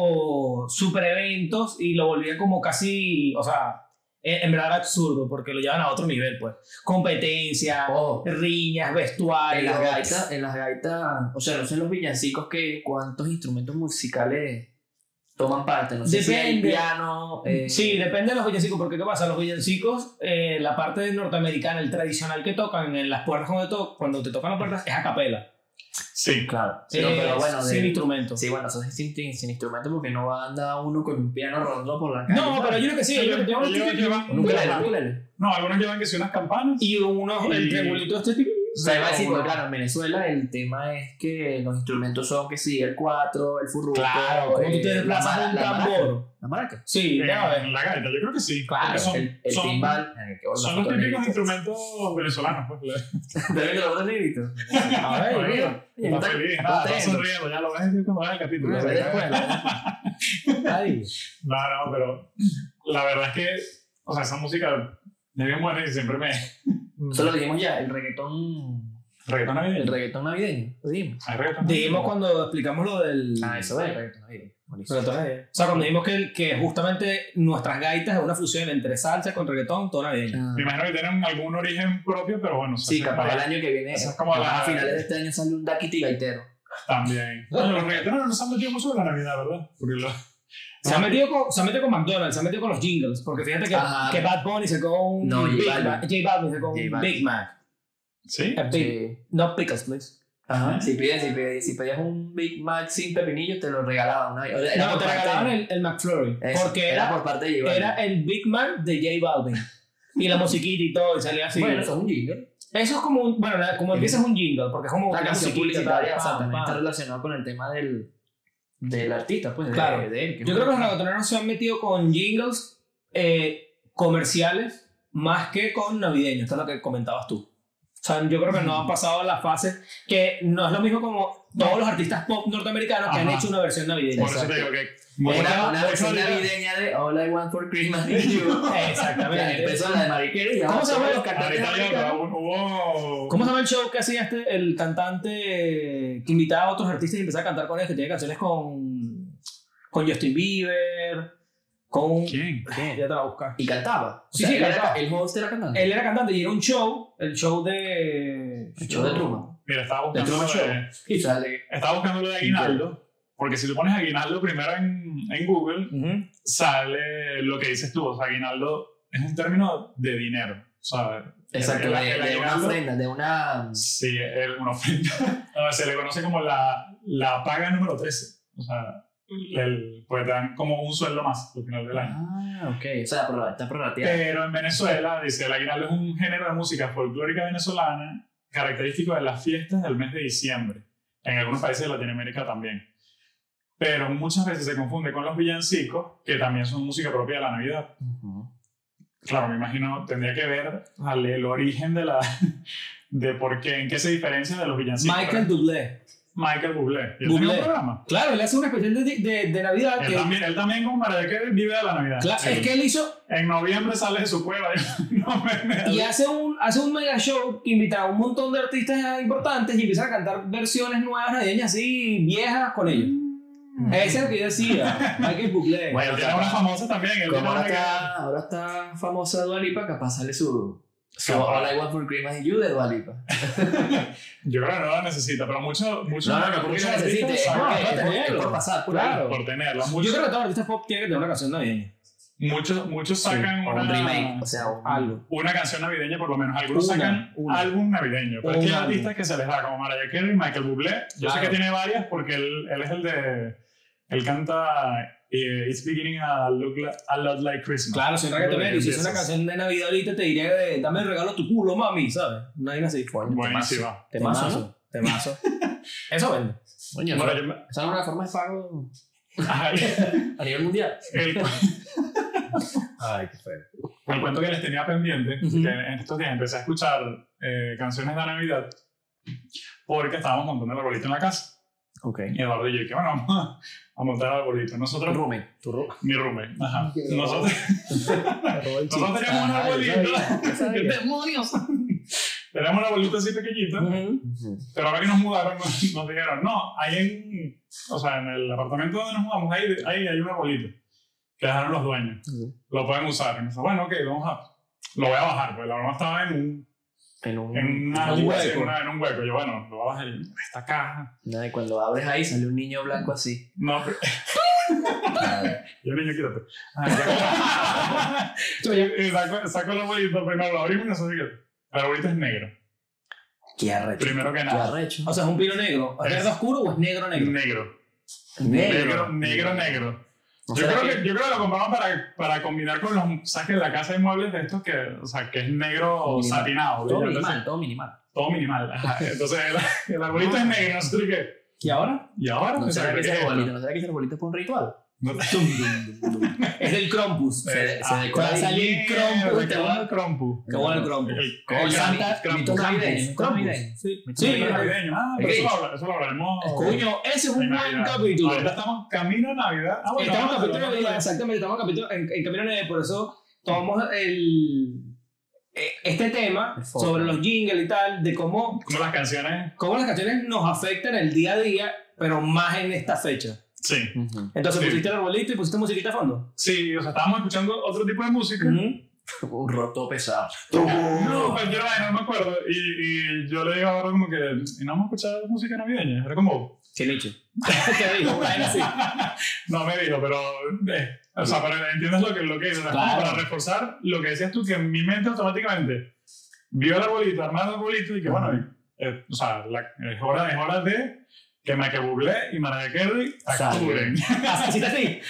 [SPEAKER 2] estos super eventos y lo volvían como casi, o sea, en, en verdad era absurdo porque lo llevan a otro nivel, pues. Competencia,
[SPEAKER 1] Ojo,
[SPEAKER 2] riñas,
[SPEAKER 1] en
[SPEAKER 2] vestuarios.
[SPEAKER 1] las gaitas, en las gaitas, o sea, no sé los villancicos que cuántos instrumentos musicales toman parte. No sé si hay
[SPEAKER 2] Depende.
[SPEAKER 1] piano. eh,
[SPEAKER 2] Sí, depende de los villancicos, porque ¿qué pasa? Los villancicos, eh, la parte norteamericana, el tradicional que tocan en las puertas cuando, to- cuando te tocan las puertas es a capela.
[SPEAKER 3] Sí,
[SPEAKER 1] Claro. Sí,
[SPEAKER 2] Eh,
[SPEAKER 1] no, pero bueno,
[SPEAKER 2] sin
[SPEAKER 1] de-
[SPEAKER 2] instrumento.
[SPEAKER 1] Sí, bueno, eso es sin, sin instrumento porque no va a andar uno con un piano rondando por la calle.
[SPEAKER 2] no, pero yo creo que sí.
[SPEAKER 3] Ellos-
[SPEAKER 2] yo- yo-
[SPEAKER 3] ellos llevan-
[SPEAKER 1] Un ukulele, un ukulele.
[SPEAKER 3] No, algunos llevan que si unas campanas.
[SPEAKER 2] y unos, el
[SPEAKER 3] Y-
[SPEAKER 2] triangulito este tipo.
[SPEAKER 1] O sea, iba a decir,
[SPEAKER 3] como-
[SPEAKER 1] porque, claro, en Venezuela el tema es que los instrumentos son que sí, el 4, el furruco,
[SPEAKER 2] Claro, como
[SPEAKER 1] eh,
[SPEAKER 2] tú te
[SPEAKER 1] la
[SPEAKER 2] desplazas
[SPEAKER 1] mara-
[SPEAKER 2] un
[SPEAKER 1] la maraca,
[SPEAKER 2] tambor.
[SPEAKER 1] La maraca.
[SPEAKER 2] Sí,
[SPEAKER 3] Eh,
[SPEAKER 2] ya ves.
[SPEAKER 3] en la gaita, yo creo que sí.
[SPEAKER 1] Claro,
[SPEAKER 3] porque son,
[SPEAKER 1] el, el
[SPEAKER 3] son-
[SPEAKER 1] timbal. eh, que bueno,
[SPEAKER 3] son los
[SPEAKER 1] son
[SPEAKER 3] típicos
[SPEAKER 1] negritos.
[SPEAKER 3] instrumentos venezolanos. Pues.
[SPEAKER 1] ¿También los otros negritos?
[SPEAKER 2] A ver,
[SPEAKER 3] Oye,
[SPEAKER 2] mira.
[SPEAKER 1] Oye,
[SPEAKER 3] Está
[SPEAKER 1] está-
[SPEAKER 3] feliz,
[SPEAKER 1] está
[SPEAKER 3] nada, está
[SPEAKER 1] contento.
[SPEAKER 3] sonriendo, ya lo ves cuando veas el capítulo.
[SPEAKER 1] Bueno, después,
[SPEAKER 2] Ay.
[SPEAKER 3] No, no, pero la verdad es que, o sea, esa música me bien buena y siempre me.
[SPEAKER 1] Eso lo dijimos ya, el reggaetón.
[SPEAKER 3] Reggaetón
[SPEAKER 1] El
[SPEAKER 3] navideño.
[SPEAKER 1] reggaetón navideño. Lo dijimos.
[SPEAKER 3] Hay reggaetón
[SPEAKER 2] Dijimos
[SPEAKER 3] navideño.
[SPEAKER 2] cuando explicamos lo del.
[SPEAKER 1] Ah, eso es el reggaetón navideño.
[SPEAKER 2] Pero
[SPEAKER 1] Buenísimo.
[SPEAKER 2] entonces, o sea, cuando dijimos que, que justamente nuestras gaitas es una fusión entre salsa con reggaetón, todo navideño.
[SPEAKER 1] Ah.
[SPEAKER 3] Me imagino que tienen algún origen propio, pero bueno, se
[SPEAKER 1] Sí,
[SPEAKER 3] hacen
[SPEAKER 1] capaz el
[SPEAKER 3] para-
[SPEAKER 1] año que viene.
[SPEAKER 3] Eso es como
[SPEAKER 1] capaz
[SPEAKER 3] la-
[SPEAKER 1] A finales de este año sale un Daquiti gaitero.
[SPEAKER 3] también. Oye, los reggaetoneros no se han metido mucho en la Navidad, ¿verdad? Porque lo-
[SPEAKER 2] Se, ha
[SPEAKER 1] Ah.
[SPEAKER 2] metido con, se ha metido con McDonald's, se ha metido con los jingles, porque fíjate que,
[SPEAKER 1] Ajá.
[SPEAKER 2] que Bad Bunny sacó un
[SPEAKER 1] No, J
[SPEAKER 2] Big
[SPEAKER 1] Balvin.
[SPEAKER 2] Mac. J Balvin sacó
[SPEAKER 1] J
[SPEAKER 2] un
[SPEAKER 1] Balvin.
[SPEAKER 2] Big Mac.
[SPEAKER 3] Sí.
[SPEAKER 2] A big-
[SPEAKER 1] Sí.
[SPEAKER 2] Eh, No pickles, please.
[SPEAKER 1] Ajá. Si pedías, si pedías, si pedías un Big Mac sin pepinillos, te lo regalaban. ¿no? Era
[SPEAKER 2] no,
[SPEAKER 1] por
[SPEAKER 2] te
[SPEAKER 1] parte
[SPEAKER 2] regalaban
[SPEAKER 1] de-
[SPEAKER 2] el, el McFlurry,
[SPEAKER 1] Eso,
[SPEAKER 2] porque
[SPEAKER 1] era,
[SPEAKER 2] era,
[SPEAKER 1] por parte de J
[SPEAKER 2] era el Big Mac de J Balvin. Y la musiquita y todo, y salía así.
[SPEAKER 1] Balvin. Bueno, eso es un jingle.
[SPEAKER 2] Eso es como un. Bueno, la- como empieza es un jingle, porque es como
[SPEAKER 1] Una canción
[SPEAKER 2] musiquita, Ah,
[SPEAKER 1] publicitaria, o sea,
[SPEAKER 2] pam,
[SPEAKER 1] también
[SPEAKER 2] pam.
[SPEAKER 1] está relacionado con el tema del, del artista, pues, de-
[SPEAKER 2] Claro.
[SPEAKER 1] de, él.
[SPEAKER 2] Yo creo que los reggaetoneros se han metido con jingles eh, comerciales más que con navideños, esto es lo que comentabas tú. O sea, yo creo que
[SPEAKER 1] Mm.
[SPEAKER 2] no han pasado las fases, que no es lo mismo como todos los artistas pop norteamericanos que han
[SPEAKER 3] Ajá.
[SPEAKER 2] hecho una versión navideña.
[SPEAKER 3] Por eso te digo que.
[SPEAKER 1] Una,
[SPEAKER 3] Bueno,
[SPEAKER 1] una
[SPEAKER 3] eso
[SPEAKER 1] versión
[SPEAKER 3] ahorita-
[SPEAKER 1] navideña de All I Want for Christmas is You. Ya,
[SPEAKER 2] Exactamente.
[SPEAKER 1] Empezó la de Mariquera y ahora
[SPEAKER 2] ¿Cómo se llama
[SPEAKER 1] todos los
[SPEAKER 2] el-
[SPEAKER 1] cantantes
[SPEAKER 3] ahorita digo que
[SPEAKER 1] americanos.
[SPEAKER 3] hubo- hubo-
[SPEAKER 2] ¿Cómo se llama el show que hacía este, el cantante eh, que invitaba a otros artistas y empezaba a cantar con ellos, que tenía canciones con, con Justin Bieber, con...
[SPEAKER 3] ¿Quién?
[SPEAKER 2] Ya te la buscas.
[SPEAKER 1] Y cantaba. O
[SPEAKER 2] Sí,
[SPEAKER 1] sea,
[SPEAKER 2] sí,
[SPEAKER 1] él era-
[SPEAKER 2] cantaba.
[SPEAKER 1] El host era cantante.
[SPEAKER 2] Él era cantante y era un show, el show de...
[SPEAKER 1] El show de Truman.
[SPEAKER 3] Mira, estaba
[SPEAKER 1] De
[SPEAKER 3] buscando.
[SPEAKER 1] Truman
[SPEAKER 2] Ah,
[SPEAKER 3] lo
[SPEAKER 1] Show.
[SPEAKER 3] de-
[SPEAKER 1] Y sale.
[SPEAKER 3] Estaba buscando lo de Aguinaldo, porque si tú pones Aguinaldo primero en, en Google,
[SPEAKER 2] Ujú.
[SPEAKER 3] sale lo que dices tú. O sea, Aguinaldo es un término de dinero, ¿sabes?
[SPEAKER 1] Exacto,
[SPEAKER 3] El-
[SPEAKER 1] de,
[SPEAKER 3] el- el
[SPEAKER 1] de una
[SPEAKER 3] aguinaldo.
[SPEAKER 1] ofrenda, de una.
[SPEAKER 3] Sí, el, una ofrenda. No, se le conoce como la, la paga número 13. O sea, el, pues te dan como un sueldo más al final del año.
[SPEAKER 1] Ah, ok. O sea, pero está prorrateada.
[SPEAKER 3] Pero en Venezuela, dice, el aguinaldo es un género de música folclórica venezolana característico de las fiestas del mes de diciembre, en algunos países de Latinoamérica también. Pero muchas veces se confunde con los villancicos, que también son música propia de la Navidad.
[SPEAKER 1] Ujú.
[SPEAKER 3] Claro, me imagino, tendría que ver al, el origen de la... de por qué, en qué se diferencia de los villancicos.
[SPEAKER 2] Michael Dublé.
[SPEAKER 3] Michael Bublé. Y él
[SPEAKER 2] Bublé.
[SPEAKER 3] tenía un programa.
[SPEAKER 2] Claro, él hace una especial de, de, de Navidad
[SPEAKER 3] Él
[SPEAKER 2] que...
[SPEAKER 3] también, él también como para que vive de la Navidad.
[SPEAKER 2] Claro,
[SPEAKER 3] Sí.
[SPEAKER 2] Es que él hizo
[SPEAKER 3] En noviembre sale de su cueva. No me-
[SPEAKER 2] y hace un, hace un mega show que invita a un montón de artistas importantes y empieza a cantar versiones nuevas navideñas así, viejas con ellos. Ese es el que yo decía, Michael Bublé.
[SPEAKER 1] Bueno,
[SPEAKER 3] Él tiene una famosa también. él tiene
[SPEAKER 1] Como ahora
[SPEAKER 3] una que-
[SPEAKER 1] está, ahora está famosa Dualipa, capaz sale su. su
[SPEAKER 3] Capaz.
[SPEAKER 1] All I Want for Christmas is You de Dualipa.
[SPEAKER 3] Yo creo que no la necesita, pero mucho, mucho
[SPEAKER 1] No, no, no, porque
[SPEAKER 3] muchos
[SPEAKER 1] no necesite. Es
[SPEAKER 3] artistas
[SPEAKER 1] por,
[SPEAKER 2] Ah,
[SPEAKER 1] es
[SPEAKER 3] saben
[SPEAKER 1] por- es por
[SPEAKER 2] tenerlo.
[SPEAKER 1] pasar por
[SPEAKER 2] Claro.
[SPEAKER 1] ahí.
[SPEAKER 3] por tenerla.
[SPEAKER 2] Yo creo
[SPEAKER 3] Muchos,
[SPEAKER 2] que todo artista pop tiene que tener una canción navideña.
[SPEAKER 3] muchos, muchos
[SPEAKER 1] Sí,
[SPEAKER 3] sacan
[SPEAKER 1] o
[SPEAKER 3] una,
[SPEAKER 1] un remake. O sea, un-
[SPEAKER 2] Algo.
[SPEAKER 3] una canción navideña por lo menos. Algunos
[SPEAKER 2] Una,
[SPEAKER 3] sacan
[SPEAKER 2] una.
[SPEAKER 3] álbum navideño. Pero es que
[SPEAKER 2] Un
[SPEAKER 3] hay
[SPEAKER 2] álbum.
[SPEAKER 3] artistas que se les da, como Mariah Carey, Michael Bublé. Yo sé
[SPEAKER 2] Claro.
[SPEAKER 3] que tiene varias porque él, él es el de... Él canta eh, It's Beginning a, look li- a Lot Like Christmas.
[SPEAKER 2] Claro, soy reggaetonero y si es una
[SPEAKER 3] Empiezas.
[SPEAKER 2] canción de Navidad ahorita te diré, de, dame el regalo a tu culo, mami, ¿sabes? No hay así.
[SPEAKER 1] Coño,
[SPEAKER 3] Buenísima.
[SPEAKER 2] Temazo.
[SPEAKER 1] Temazo.
[SPEAKER 2] eso, Temazo. Eso vende.
[SPEAKER 1] Coño,
[SPEAKER 3] Bueno,
[SPEAKER 1] ¿no?
[SPEAKER 3] yo me-
[SPEAKER 1] esa es una forma de pago
[SPEAKER 3] Ajá,
[SPEAKER 1] a nivel mundial.
[SPEAKER 3] el,
[SPEAKER 2] Ay, qué feo.
[SPEAKER 3] el cuento que les tenía pendiente,
[SPEAKER 2] Ujú.
[SPEAKER 3] que en estos días empecé a escuchar eh, canciones de Navidad porque estábamos montando el arbolito en la casa.
[SPEAKER 1] Ok.
[SPEAKER 3] Y Eduardo y yo dije, bueno, vamos a, a montar el arbolito. Nosotros,
[SPEAKER 1] Rumen. Tu eh. rumen.
[SPEAKER 3] mi roommate, ajá.
[SPEAKER 1] Qué
[SPEAKER 3] Nosotros, nosotros tenemos un
[SPEAKER 1] Ajá, yo
[SPEAKER 3] arbolito.
[SPEAKER 1] sabía, yo sabía.
[SPEAKER 3] ¡Qué demonios! tenemos un arbolito así pequeñito,
[SPEAKER 1] Ujú.
[SPEAKER 3] pero ahora que nos mudaron nos, nos dijeron, no, ahí en, o sea, en el apartamento donde nos mudamos, ahí, ahí hay un arbolito que dejaron los dueños.
[SPEAKER 1] Ujú.
[SPEAKER 3] Lo pueden usar. Y nosotros, bueno, ok, vamos a... Lo voy a bajar, pues la broma estaba en un
[SPEAKER 1] En un.
[SPEAKER 3] en, una,
[SPEAKER 2] Un
[SPEAKER 3] así,
[SPEAKER 2] hueco.
[SPEAKER 3] una- en un hueco. Yo, bueno, lo voy a bajar en esta caja.
[SPEAKER 1] Nada, y cuando abres ahí sale un niño blanco así.
[SPEAKER 3] No, pero- Yo niño, quítate. Ah, saco, y saco, saco la bolita, primero la abrimos y no sé si qué. La bolita es negro.
[SPEAKER 1] Qué arrecho.
[SPEAKER 3] Primero que
[SPEAKER 1] Qué
[SPEAKER 3] nada.
[SPEAKER 1] arrecho.
[SPEAKER 2] O sea, es un pino negro. ¿Es
[SPEAKER 3] Es-
[SPEAKER 2] verde oscuro o es negro negro?
[SPEAKER 3] Negro.
[SPEAKER 1] Negro.
[SPEAKER 3] Negro, negro, negro.
[SPEAKER 1] O
[SPEAKER 3] Yo
[SPEAKER 1] sea,
[SPEAKER 3] creo que, yo creo que lo compramos para, para combinar con los. ¿Sabes que en la casa hay muebles de estos que, o sea, que es negro
[SPEAKER 1] Minimal.
[SPEAKER 3] satinado?
[SPEAKER 1] Todo
[SPEAKER 3] brillante,
[SPEAKER 1] minimal, todo minimal.
[SPEAKER 3] así, todo minimal. Ajá. Entonces el, el arbolito es negro, no sé qué.
[SPEAKER 2] ¿Y ahora?
[SPEAKER 3] ¿Y ahora?
[SPEAKER 1] No
[SPEAKER 3] O sea,
[SPEAKER 1] será que
[SPEAKER 3] ¿qué
[SPEAKER 1] ese
[SPEAKER 3] es
[SPEAKER 1] arbolito,
[SPEAKER 3] esto?
[SPEAKER 1] no será que ese arbolito fue un ritual.
[SPEAKER 3] No-
[SPEAKER 2] Dum, dum, dum, dum. es del Krampus.
[SPEAKER 1] Se- se
[SPEAKER 3] Ah,
[SPEAKER 1] decora
[SPEAKER 3] está bien,
[SPEAKER 2] salir crompo,
[SPEAKER 3] se
[SPEAKER 2] te
[SPEAKER 3] acabó
[SPEAKER 2] va-
[SPEAKER 3] el crompo.
[SPEAKER 2] Que bueno el Krampus.
[SPEAKER 3] El-
[SPEAKER 1] Coño,
[SPEAKER 3] el gran-
[SPEAKER 1] este Santa-
[SPEAKER 3] gran-
[SPEAKER 1] mito navideño, mito
[SPEAKER 2] Krampus.
[SPEAKER 1] navideño.
[SPEAKER 2] Sí,
[SPEAKER 3] Sí,
[SPEAKER 2] sí,
[SPEAKER 3] es navideño. Ah, pero
[SPEAKER 1] Ok.
[SPEAKER 3] eso lo, habla- eso lo hablaremos.
[SPEAKER 2] Coño, ese es un
[SPEAKER 3] en
[SPEAKER 2] buen
[SPEAKER 3] Navidad.
[SPEAKER 2] capítulo.
[SPEAKER 3] Ahorita estamos camino a Navidad. Ah, bueno,
[SPEAKER 2] estamos
[SPEAKER 3] vamos
[SPEAKER 2] en
[SPEAKER 3] a
[SPEAKER 2] capítulo
[SPEAKER 3] hablar
[SPEAKER 2] de
[SPEAKER 3] de
[SPEAKER 2] Navidad,
[SPEAKER 3] la-
[SPEAKER 2] exactamente, estamos en capítulo- en, en camino de Navidad, por eso tomamos el, eh, este tema
[SPEAKER 1] El foco.
[SPEAKER 2] sobre los jingles y tal, de cómo,
[SPEAKER 3] Como las canciones.
[SPEAKER 2] cómo las canciones nos afectan el día a día, pero más en esta fecha.
[SPEAKER 3] Sí.
[SPEAKER 2] Entonces
[SPEAKER 3] Sí.
[SPEAKER 2] pusiste el arbolito y pusiste musiquita a fondo.
[SPEAKER 3] Sí, o sea, estábamos escuchando otro tipo de música.
[SPEAKER 2] Mm.
[SPEAKER 1] Un roto pesado.
[SPEAKER 3] No, cualquier vaina, no me acuerdo. Y, y yo le digo ahora como que, ¿y no hemos escuchado música navideña? Era como,
[SPEAKER 2] Chilichi. ¿Qué dijo? Bueno, sí.
[SPEAKER 3] no me dijo, pero, eh, o sea, pero entiendes lo que, lo que es. o sea, como
[SPEAKER 2] Claro.
[SPEAKER 3] Para reforzar lo que decías tú, que mi mente automáticamente vio el arbolito, armar el arbolito y que, bueno, eh, o sea, la, es, hora, es hora de que me que y Mariah Carey actúen.
[SPEAKER 2] Así, así.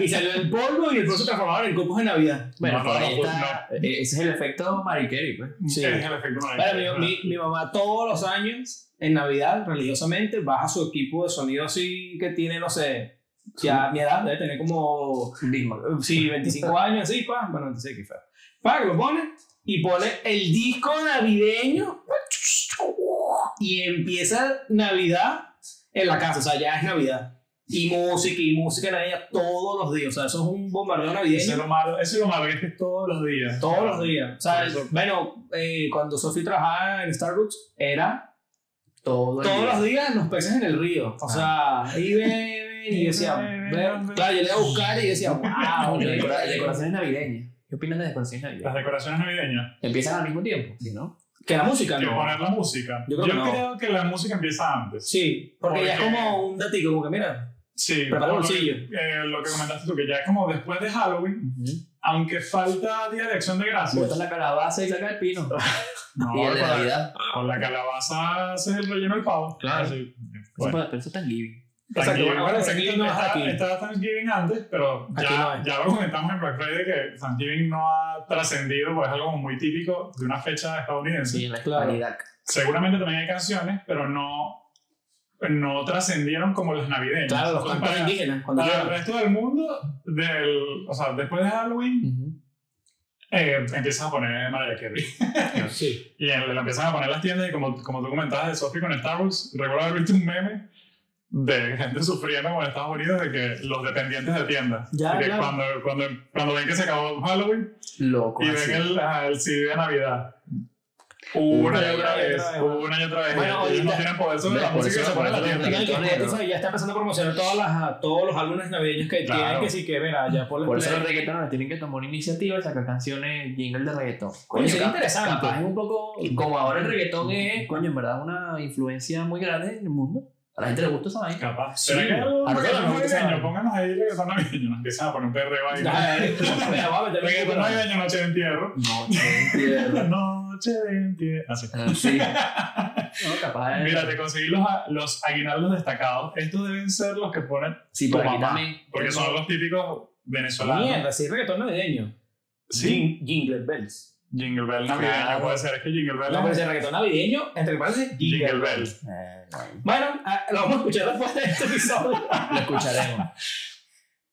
[SPEAKER 2] Y salió el polvo y el polvo se transformaba en copos de Navidad.
[SPEAKER 1] Bueno,
[SPEAKER 3] No, no,
[SPEAKER 1] por ahí
[SPEAKER 3] no,
[SPEAKER 1] está. e- Ese es el efecto Mary Carey, pues.
[SPEAKER 2] Sí.
[SPEAKER 3] Es el efecto
[SPEAKER 2] Bueno,
[SPEAKER 3] Mariah
[SPEAKER 2] mi,
[SPEAKER 3] Carey.
[SPEAKER 2] mi- mi mamá todos los años, en Navidad, religiosamente, baja su equipo de sonido así que tiene, no sé, ya a mi edad debe tener como,
[SPEAKER 1] Dismal.
[SPEAKER 2] eh, sí, 25 años, así, pa, bueno, no sé qué fue. Pa, que lo pone y pone el disco navideño pa, y empieza Navidad en la casa, o sea, ya es Navidad. Y música, y música navideña todos los días, o sea, eso es un bombardeo
[SPEAKER 3] Eso es
[SPEAKER 2] navideño.
[SPEAKER 3] lo malo, eso es lo malo, que este es todos los días.
[SPEAKER 2] Todos los días. O sea,
[SPEAKER 3] Por eso-
[SPEAKER 2] bueno, eh, cuando Sophie trabajaba en Starbucks, era
[SPEAKER 1] Todo el
[SPEAKER 2] todos
[SPEAKER 1] día.
[SPEAKER 2] los días los peces en el río.
[SPEAKER 3] Ah.
[SPEAKER 2] O sea, y beben, y yo decía, "Ve-". claro, yo le iba a buscar y yo decía,
[SPEAKER 1] Ah,
[SPEAKER 2] wow,
[SPEAKER 1] bueno,
[SPEAKER 2] le-
[SPEAKER 1] decora- decoraciones navideñas. ¿Qué opinas de decoraciones
[SPEAKER 3] Las
[SPEAKER 1] navideñas?
[SPEAKER 3] decoraciones navideñas.
[SPEAKER 1] Empiezan al mismo tiempo, ¿sí, no?
[SPEAKER 2] que la música
[SPEAKER 3] Que
[SPEAKER 2] no.
[SPEAKER 3] poner la música.
[SPEAKER 2] Yo
[SPEAKER 3] Yo
[SPEAKER 2] creo
[SPEAKER 3] creo,
[SPEAKER 2] que no.
[SPEAKER 3] que la música empieza antes.
[SPEAKER 2] Sí, porque ya es
[SPEAKER 3] Porque-
[SPEAKER 2] como un datico, como que mira,
[SPEAKER 3] Sí. como
[SPEAKER 2] Prepara el
[SPEAKER 3] lo que-
[SPEAKER 2] bolsillo.
[SPEAKER 3] eh, lo que comentaste tú, que ya es como después de Halloween, aunque falta Día de Acción de
[SPEAKER 1] Botas
[SPEAKER 3] Gracias.
[SPEAKER 1] la calabaza y saca el pino.
[SPEAKER 3] No,
[SPEAKER 1] Y el de
[SPEAKER 3] con, la,
[SPEAKER 1] Navidad.
[SPEAKER 3] con la calabaza haces el relleno del pavo.
[SPEAKER 1] Claro.
[SPEAKER 3] Así.
[SPEAKER 1] Eso
[SPEAKER 3] Bueno,
[SPEAKER 1] pa- Pero eso está en living.
[SPEAKER 2] Exacto,
[SPEAKER 3] Thanksgiving,
[SPEAKER 2] ahora
[SPEAKER 3] bueno,
[SPEAKER 2] Thanksgiving no es
[SPEAKER 3] está-
[SPEAKER 2] aquí.
[SPEAKER 3] Estaba Thanksgiving antes, pero
[SPEAKER 2] Aquí
[SPEAKER 3] ya,
[SPEAKER 2] no es.
[SPEAKER 3] ya lo comentamos en Black Friday que Thanksgiving no ha trascendido, porque es algo muy típico de una fecha estadounidense.
[SPEAKER 1] Sí, en la
[SPEAKER 2] Claro.
[SPEAKER 1] hispanidad.
[SPEAKER 3] seguramente también hay canciones, pero no, no trascendieron como las navideñas.
[SPEAKER 2] claro, los
[SPEAKER 3] Entonces,
[SPEAKER 2] cantos
[SPEAKER 3] para,
[SPEAKER 2] indígenas, cuando
[SPEAKER 3] para el
[SPEAKER 2] llegan.
[SPEAKER 3] resto del mundo, del, o sea, después de Halloween, eh, empiezan a poner Mariah Carey.
[SPEAKER 2] Ah, Sí.
[SPEAKER 3] Y en- la empiezan a poner en las tiendas y como, como tú comentabas de Sophie con Starbucks, recuerdo haber visto un meme de gente sufriendo como en Estados Unidos de que los dependientes de tiendas.
[SPEAKER 2] Ya,
[SPEAKER 3] De que
[SPEAKER 2] Ah, claro.
[SPEAKER 3] cuando, cuando, cuando ven que se acabó Halloween
[SPEAKER 1] Loco.
[SPEAKER 3] y
[SPEAKER 1] así.
[SPEAKER 3] ven el, ajá, el CD de Navidad. Una y otra vez, una y otra vez.
[SPEAKER 2] Bueno,
[SPEAKER 3] Ellos no
[SPEAKER 2] ahorita-
[SPEAKER 3] tienen poder sobre
[SPEAKER 1] Ves,
[SPEAKER 3] la
[SPEAKER 1] por
[SPEAKER 3] música que
[SPEAKER 1] eso
[SPEAKER 3] se pone en la
[SPEAKER 1] nosotros
[SPEAKER 3] tienda.
[SPEAKER 2] No, y que Spotify ya está empezando a promocionar todas las, todos los álbumes navideños que
[SPEAKER 3] Claro.
[SPEAKER 2] tienen, que sí que, mira, ya por
[SPEAKER 1] Por eso los reggaetoneros tienen que tomar iniciativa y sacar canciones jingle de reggaetón.
[SPEAKER 2] Coño, sería
[SPEAKER 1] cap-
[SPEAKER 2] interesante.
[SPEAKER 1] Capaz es un poco. Como ahora el reggaetón es, coño, en verdad, una influencia muy grande en el mundo. A la gente le gusta esa vaina.
[SPEAKER 3] Capaz.
[SPEAKER 2] Sí.
[SPEAKER 3] ¿Será que algo
[SPEAKER 1] A nosotros
[SPEAKER 3] reggaetón
[SPEAKER 1] nos gusta.
[SPEAKER 3] navideño? Pónganos ahí reggaetón navideño. Nos empiezan a poner un perreo ahí. ¿no? Reggaetón
[SPEAKER 2] Pero
[SPEAKER 3] navideño, noche de entierro.
[SPEAKER 1] No, entiendo.
[SPEAKER 3] Noche de entierro. Así.
[SPEAKER 1] Sí. No, capaz es.
[SPEAKER 3] Mira, te conseguí los, a- los aguinaldos destacados. Estos deben ser los que ponen,
[SPEAKER 1] sí,
[SPEAKER 3] tu
[SPEAKER 1] por aquí
[SPEAKER 3] mamá,
[SPEAKER 1] también.
[SPEAKER 3] porque son los típicos venezolanos.
[SPEAKER 2] Mierda, sí, reggaetón navideño.
[SPEAKER 3] Sí.
[SPEAKER 2] Jing- Jingle Bells.
[SPEAKER 3] Jingle Bell navideño
[SPEAKER 1] Claro.
[SPEAKER 3] puede ser. Es que Jingle Bell
[SPEAKER 2] No, pero
[SPEAKER 3] es
[SPEAKER 2] ese reggaetón navideño, entre paréntesis, Jingle,
[SPEAKER 3] Jingle
[SPEAKER 2] Bell.
[SPEAKER 3] Bell.
[SPEAKER 1] Eh, bueno,
[SPEAKER 2] Bueno, ah, lo vamos a escuchar después de este episodio.
[SPEAKER 1] lo escucharemos.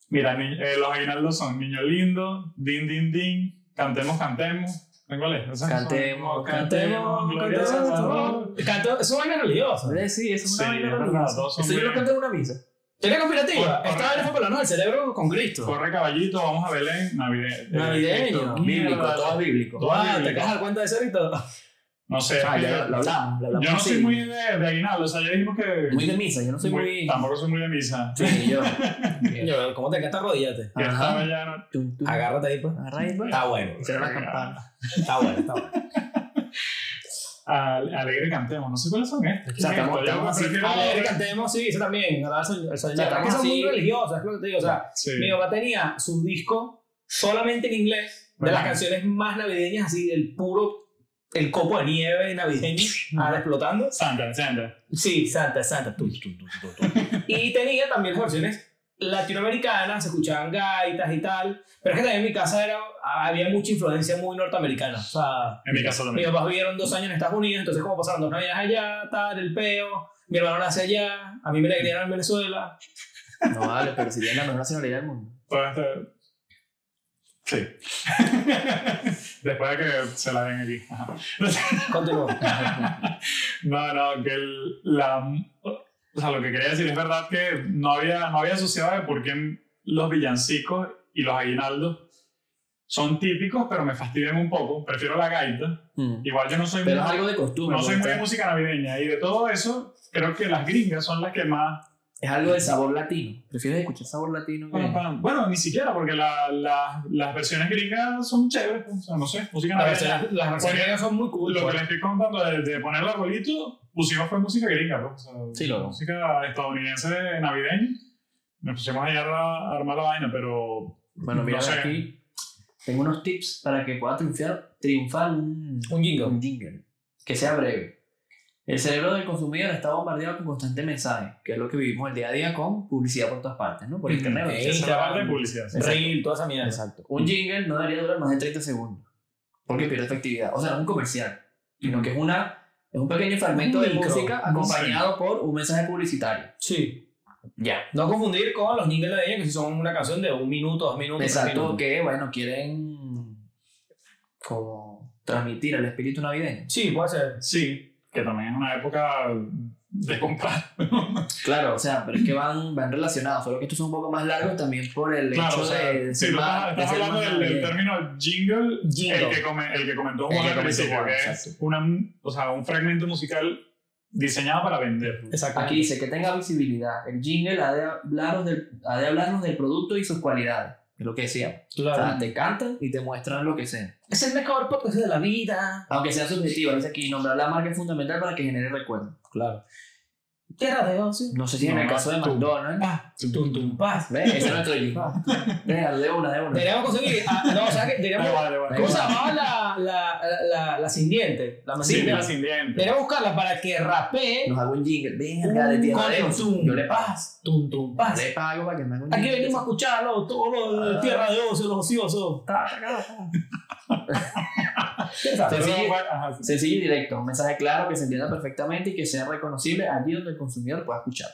[SPEAKER 3] Mira, ni- eh, los aguinaldos son Niño Lindo, Din Din Din, Cantemos, Cantemos. ¿Saben cuál es? Esas son-
[SPEAKER 1] Cantemos,
[SPEAKER 3] Cantemos, Gloria al Salvador.
[SPEAKER 2] Canto, eso es una religiosa.
[SPEAKER 1] Hombre, Sí, eso es
[SPEAKER 3] Sí,
[SPEAKER 1] una vaina
[SPEAKER 3] es verdad,
[SPEAKER 1] religiosa.
[SPEAKER 3] todos son
[SPEAKER 1] Eso yo lo
[SPEAKER 3] bien.
[SPEAKER 1] canto en una misa.
[SPEAKER 2] Teoría conspirativa.
[SPEAKER 3] Correcto.
[SPEAKER 2] Esta vaina fue para no, el cerebro con Cristo.
[SPEAKER 3] Corre caballito, vamos a Belén, eh, navideño.
[SPEAKER 2] Navideño.
[SPEAKER 1] Bíblico, todo es bíblico.
[SPEAKER 3] Todo
[SPEAKER 2] Ah,
[SPEAKER 3] bíblico.
[SPEAKER 2] ¿te acabas de dar cuenta de eso ahorita?
[SPEAKER 3] No sé,
[SPEAKER 1] Ah,
[SPEAKER 3] es que
[SPEAKER 1] ya lo hablamos, lo hablamos.
[SPEAKER 3] yo no soy
[SPEAKER 1] sí.
[SPEAKER 3] muy de, de aguinaldo, o sea, ya dijimos que...
[SPEAKER 1] Muy de misa, yo no soy
[SPEAKER 3] muy-
[SPEAKER 1] muy.
[SPEAKER 3] Tampoco soy muy de misa.
[SPEAKER 1] Sí, yo.
[SPEAKER 2] Coño, ¿Cómo te encanta arrodillarte?
[SPEAKER 1] Ajá.
[SPEAKER 3] Ya estaba ya... no-
[SPEAKER 1] Tum, tum.
[SPEAKER 2] Agárrate ahí, pues.
[SPEAKER 1] Agarra y va.
[SPEAKER 2] Está bueno.
[SPEAKER 1] Y cierra la campana.
[SPEAKER 2] Está bueno, está bueno.
[SPEAKER 3] al- alegre cantemos. No sé cuáles son estos.
[SPEAKER 1] O sea, estamos-
[SPEAKER 3] Yo
[SPEAKER 1] estamos así,
[SPEAKER 3] prefiero-
[SPEAKER 2] Alegre cantemos, sí, eso también. alabar al Señor. O sea,
[SPEAKER 1] Ya,
[SPEAKER 2] la verdad que
[SPEAKER 1] estamos
[SPEAKER 2] son muy
[SPEAKER 1] así.
[SPEAKER 2] religiosas, es lo que te digo. O sea,
[SPEAKER 3] Sí.
[SPEAKER 2] mi papá tenía sus discos solamente en inglés, de
[SPEAKER 3] Bueno.
[SPEAKER 2] las canciones más navideñas, así, del puro, el copo de nieve navideño, ahora explotando.
[SPEAKER 3] Santa, Santa.
[SPEAKER 2] Sí, Santa, Santa. tu, tu, tu, tu, tu. Y tenía también las versiones latinoamericanas, se escuchaban gaitas y tal. Pero es que también en mi casa era, había mucha influencia muy norteamericana. O sea,
[SPEAKER 3] En mi caso
[SPEAKER 2] mis
[SPEAKER 3] también.
[SPEAKER 2] papás vivieron dos años en Estados Unidos, entonces como pasaron dos navidades allá, tal, el peo. Mi hermano nace allá, a mí me la criaron en Venezuela.
[SPEAKER 1] No vale, pero sería la mejor nacionalidad del mundo.
[SPEAKER 3] Todo esto- Sí. Después de que se la den aquí. Ajá.
[SPEAKER 2] Continúo.
[SPEAKER 3] No, no, que el- la... O sea, lo que quería decir es verdad que no había, no había asociado de por qué los villancicos y los aguinaldos son típicos, pero me fastidian un poco. Prefiero la gaita.
[SPEAKER 1] Mm.
[SPEAKER 3] Igual yo no soy,
[SPEAKER 1] Pero es
[SPEAKER 3] muy,
[SPEAKER 1] algo de costumbre.
[SPEAKER 3] no soy
[SPEAKER 1] pues,
[SPEAKER 3] muy de
[SPEAKER 1] o sea,
[SPEAKER 3] música navideña. Y de todo eso, creo que las gringas son las que más
[SPEAKER 1] Es algo del sabor latino. ¿Prefieres escuchar sabor latino? que-
[SPEAKER 3] Bueno, para- bueno, ni siquiera, porque la- la- las versiones gringas son chéveres, pues, o sea, no sé, música
[SPEAKER 2] Las
[SPEAKER 3] navideña.
[SPEAKER 2] versiones- las versiones son muy cool.
[SPEAKER 3] Lo que
[SPEAKER 2] pues.
[SPEAKER 3] les estoy contando de, de poner el arbolito, pusimos fue música gringa, pues, o sea,
[SPEAKER 1] Sí, lo-
[SPEAKER 3] música estadounidense navideña. Nos pusimos ahí a, a armar la vaina, pero
[SPEAKER 1] Bueno,
[SPEAKER 3] No
[SPEAKER 1] mira
[SPEAKER 3] sé.
[SPEAKER 1] aquí. Tengo unos tips para que pueda triunfar, triunfar un,
[SPEAKER 2] Un jingle.
[SPEAKER 1] un jingle. Que sea breve. El cerebro del consumidor está bombardeado con constantes mensajes, que es lo que vivimos el día a día con publicidad por todas partes, ¿no? Por internet.
[SPEAKER 2] Ok.
[SPEAKER 1] o sea.
[SPEAKER 3] esa es la parte de publicidad. sí.
[SPEAKER 2] Reel, toda esa mierda.
[SPEAKER 1] Exacto. Un jingle no debería durar más de 30 segundos, porque pierde efectividad. O sea, no es un comercial, sino que es, una, es un pequeño fragmento
[SPEAKER 2] Un
[SPEAKER 1] de
[SPEAKER 2] micro,
[SPEAKER 1] música
[SPEAKER 3] un
[SPEAKER 1] acompañado por un mensaje publicitario.
[SPEAKER 2] Sí.
[SPEAKER 1] Ya.
[SPEAKER 2] No confundir con los jingles de ella, que si son una canción de un minuto, dos minutos. tres
[SPEAKER 1] Exacto,
[SPEAKER 2] minutos.
[SPEAKER 1] que bueno, quieren como transmitir el espíritu navideño.
[SPEAKER 2] Sí, puede ser.
[SPEAKER 3] Sí, que también es una época de comprar.
[SPEAKER 1] Claro, o sea, pero es que van, van relacionados, solo que estos son un poco más largos también por el
[SPEAKER 3] claro,
[SPEAKER 1] hecho
[SPEAKER 3] o sea,
[SPEAKER 1] de, de
[SPEAKER 3] sí,
[SPEAKER 1] ser
[SPEAKER 3] tú
[SPEAKER 1] más-
[SPEAKER 3] estás,
[SPEAKER 1] de
[SPEAKER 3] estás
[SPEAKER 1] ser
[SPEAKER 3] hablando
[SPEAKER 1] más
[SPEAKER 3] del, del
[SPEAKER 1] navideño.
[SPEAKER 3] término jingle
[SPEAKER 2] Jingle.
[SPEAKER 3] El que, come- el que
[SPEAKER 1] El
[SPEAKER 3] comentó Juan
[SPEAKER 1] que
[SPEAKER 3] al
[SPEAKER 1] comentó
[SPEAKER 3] principio,
[SPEAKER 1] Juan,
[SPEAKER 3] que es
[SPEAKER 1] exacto.
[SPEAKER 3] una, o sea, un fragmento musical diseñado para vender.
[SPEAKER 2] Exacto.
[SPEAKER 1] Aquí dice que tenga visibilidad. El jingle ha de, hablaros del, ha de hablarnos del producto y sus cualidades. Es lo que decíamos. O sea, te cantan y te muestran lo que sea.
[SPEAKER 2] Es el mejor podcast de la vida.
[SPEAKER 1] Aunque sea subjetivo, dice aquí, nombrar la marca es fundamental para que genere recuerdo.
[SPEAKER 2] Claro. Tierra de ocio.
[SPEAKER 1] No sé si en
[SPEAKER 3] No,
[SPEAKER 1] el caso de
[SPEAKER 3] tú.
[SPEAKER 1] McDonald's.
[SPEAKER 2] Paz. Tum, tum, paz.
[SPEAKER 1] ¿Ves? Ese es nuestro jingle. Venga, de una, de una.
[SPEAKER 2] Deberíamos conseguir. ah, no, o sea, que
[SPEAKER 3] Da
[SPEAKER 2] deberíamos.
[SPEAKER 3] igual, da igual.
[SPEAKER 2] ¿Cómo se llamaba la, la, la, la, la sin diente? La más
[SPEAKER 3] Sí,
[SPEAKER 2] diente.
[SPEAKER 3] mira, sin dientes.
[SPEAKER 2] Deberíamos buscarla para que rapee
[SPEAKER 1] Nos hago un jingle. Venga, de
[SPEAKER 2] un-
[SPEAKER 1] tierra
[SPEAKER 2] con
[SPEAKER 1] de
[SPEAKER 2] el
[SPEAKER 1] oso.
[SPEAKER 2] zoom.
[SPEAKER 1] Yo le pago.
[SPEAKER 2] paz. Tum, tum,
[SPEAKER 1] Yo
[SPEAKER 2] paz.
[SPEAKER 1] Le pago para que me haga un
[SPEAKER 2] Aquí
[SPEAKER 1] jingle.
[SPEAKER 2] venimos a escucharlo, todos los de Tierra de Ocio, los ociosos.
[SPEAKER 3] Pero
[SPEAKER 1] Sencillo,
[SPEAKER 3] bueno, ajá, sí.
[SPEAKER 1] sencillo y directo. Un mensaje claro que se entienda perfectamente y que sea reconocible allí donde el consumidor pueda escuchar.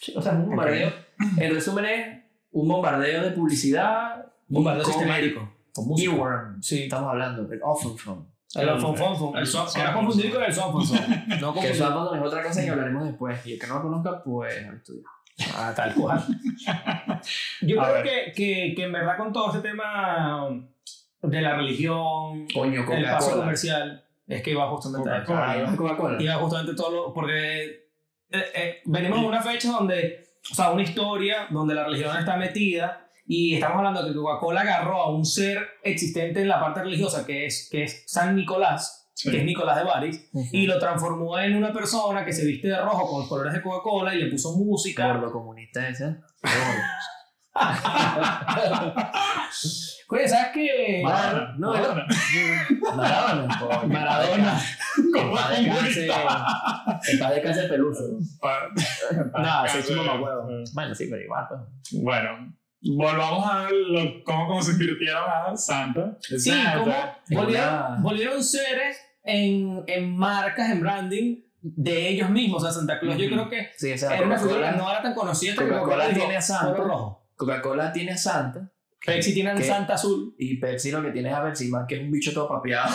[SPEAKER 1] Sí, o sea, es un bombardeo. En resumen, es un bombardeo de publicidad.
[SPEAKER 2] Bombardeo
[SPEAKER 1] con-
[SPEAKER 2] sistemático. Con música.
[SPEAKER 1] Earworm.
[SPEAKER 2] Sí.
[SPEAKER 1] Estamos hablando. El Offenfront.
[SPEAKER 2] El alfonfonfon. El son. Que no confundir con el sonfonfon. No
[SPEAKER 1] Que
[SPEAKER 2] confundir.
[SPEAKER 1] eso Amazon es otra cosa que hablaremos después. Y el que no lo conozca, pues no estudia.
[SPEAKER 2] Ah, tal cual. Yo
[SPEAKER 3] A
[SPEAKER 2] creo que, que, que en verdad con todo ese tema um, de la religión,
[SPEAKER 1] Coño,
[SPEAKER 2] el paso
[SPEAKER 1] Coca-Cola.
[SPEAKER 2] comercial, es que iba justamente a
[SPEAKER 3] Coca-Cola.
[SPEAKER 1] Ah, ¿y vas a Coca-Cola.
[SPEAKER 2] Iba justamente todo lo... Porque eh, eh, venimos de una fecha donde, o sea, una historia donde la religión está metida y estamos hablando que Coca-Cola agarró a un ser existente en la parte religiosa que es, que es San Nicolás,
[SPEAKER 3] Sí.
[SPEAKER 2] que es Nicolás de Bari,
[SPEAKER 1] Ujú.
[SPEAKER 2] y lo transformó en una persona que se viste de rojo con los colores de Coca-Cola y le puso música.
[SPEAKER 1] Gordo comunista ese. Gordo.
[SPEAKER 2] Oye, ¿sabes qué?
[SPEAKER 3] Maradona,
[SPEAKER 1] No,
[SPEAKER 3] Maradona.
[SPEAKER 1] Maradona. coño.
[SPEAKER 2] Maradona.
[SPEAKER 1] En
[SPEAKER 3] Como
[SPEAKER 1] paz descanse. En paz descanse el peluso.
[SPEAKER 3] Pa-
[SPEAKER 1] Nada,
[SPEAKER 3] Descanse.
[SPEAKER 1] sí, sí, mamahuevo. Bueno, sí, pero igual. pues.
[SPEAKER 3] Bueno, volvamos a lo- cómo se convirtieron a Santa.
[SPEAKER 2] Sí, como
[SPEAKER 3] Santa.
[SPEAKER 2] volvieron,
[SPEAKER 1] Nada.
[SPEAKER 2] volvieron seres en, en marcas, en branding de ellos mismos. O sea, Santa Claus, yo
[SPEAKER 3] Ujú.
[SPEAKER 2] creo que
[SPEAKER 1] Sí, o sea,
[SPEAKER 2] era una figura que
[SPEAKER 1] Coca-Cola
[SPEAKER 2] no era tan conocida hasta que
[SPEAKER 1] Coca-Cola
[SPEAKER 2] Coca-Cola dijo,
[SPEAKER 1] tiene a Santa.
[SPEAKER 2] "Color rojo.
[SPEAKER 1] Coca-Cola tiene a Santa.
[SPEAKER 2] Pepsi tiene al
[SPEAKER 1] ¿Qué?
[SPEAKER 2] Santa azul.
[SPEAKER 1] Y Pepsi lo que tiene es a Benzema, que es un bicho todo papeado.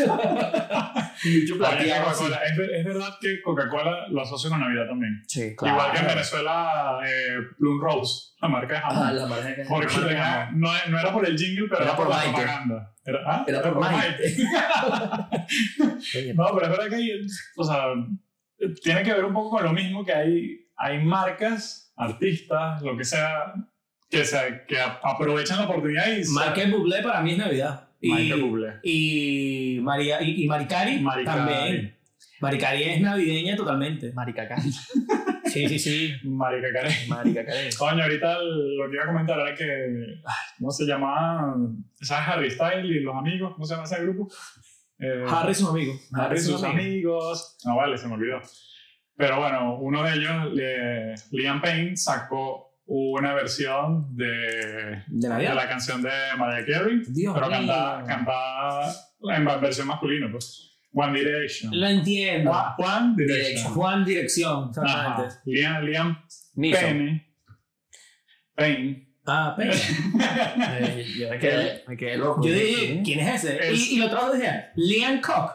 [SPEAKER 1] un bicho
[SPEAKER 3] Oye,
[SPEAKER 1] plateado. así.
[SPEAKER 3] Coca-Cola. Es, ver- es verdad que Coca-Cola lo asocio con Navidad también.
[SPEAKER 1] Sí,
[SPEAKER 3] Igual que en
[SPEAKER 1] claro.
[SPEAKER 3] Venezuela, eh, Plum Rose, la marca de jamón.
[SPEAKER 1] Ah, la marca que
[SPEAKER 3] Porque
[SPEAKER 1] la marca de
[SPEAKER 3] era-
[SPEAKER 1] jamón.
[SPEAKER 3] no, no era por el jingle, pero
[SPEAKER 1] Era
[SPEAKER 3] era,
[SPEAKER 1] por
[SPEAKER 3] por la
[SPEAKER 1] Maite.
[SPEAKER 3] propaganda. Era, ah,
[SPEAKER 1] Era por Maite. Oye,
[SPEAKER 3] No, pero es verdad que hay, o sea, tiene que ver un poco con lo mismo que hay, hay marcas, artistas, lo que sea, que, se- que a- aprovechan la oportunidad y se-
[SPEAKER 2] Michael Bublé para mí es Navidad.
[SPEAKER 3] Michael
[SPEAKER 2] Y,
[SPEAKER 3] Bublé.
[SPEAKER 2] y, María, y, y Maricari
[SPEAKER 3] Marica-
[SPEAKER 2] también. Maricari es navideña totalmente.
[SPEAKER 1] Marica Cari.
[SPEAKER 2] Sí, sí, sí.
[SPEAKER 3] Marica Carey.
[SPEAKER 1] Marica Cari.
[SPEAKER 3] Coño, ahorita el- lo que iba a comentar era que. ay, ¿Cómo se llamaba? ¿Sabes Harry Styles y los amigos? ¿Cómo se llama ese grupo? Eh,
[SPEAKER 2] Harry es un amigo.
[SPEAKER 3] Harry y sus amigos. No vale, se me olvidó. Pero bueno, uno de ellos, le- Liam Payne, sacó una versión de,
[SPEAKER 2] De
[SPEAKER 3] de
[SPEAKER 2] Navidad.
[SPEAKER 3] la canción de Mariah Carey,
[SPEAKER 1] Dios
[SPEAKER 3] pero
[SPEAKER 1] mío.
[SPEAKER 3] cantada, cantada en versión masculina, pues. One Direction.
[SPEAKER 2] Lo entiendo.
[SPEAKER 3] One, One Direction.
[SPEAKER 1] Direction.
[SPEAKER 2] Juan Dirección, exactamente.
[SPEAKER 3] Ajá. Liam, Liam
[SPEAKER 1] Neeson.
[SPEAKER 3] Payne. Payne.
[SPEAKER 2] Ah, pero.
[SPEAKER 1] Eh, Yo me quedé, me quedé loco.
[SPEAKER 2] Yo dije, ¿quién es ese?
[SPEAKER 3] Es-
[SPEAKER 2] Y, y lo otro decía, Liam Cock.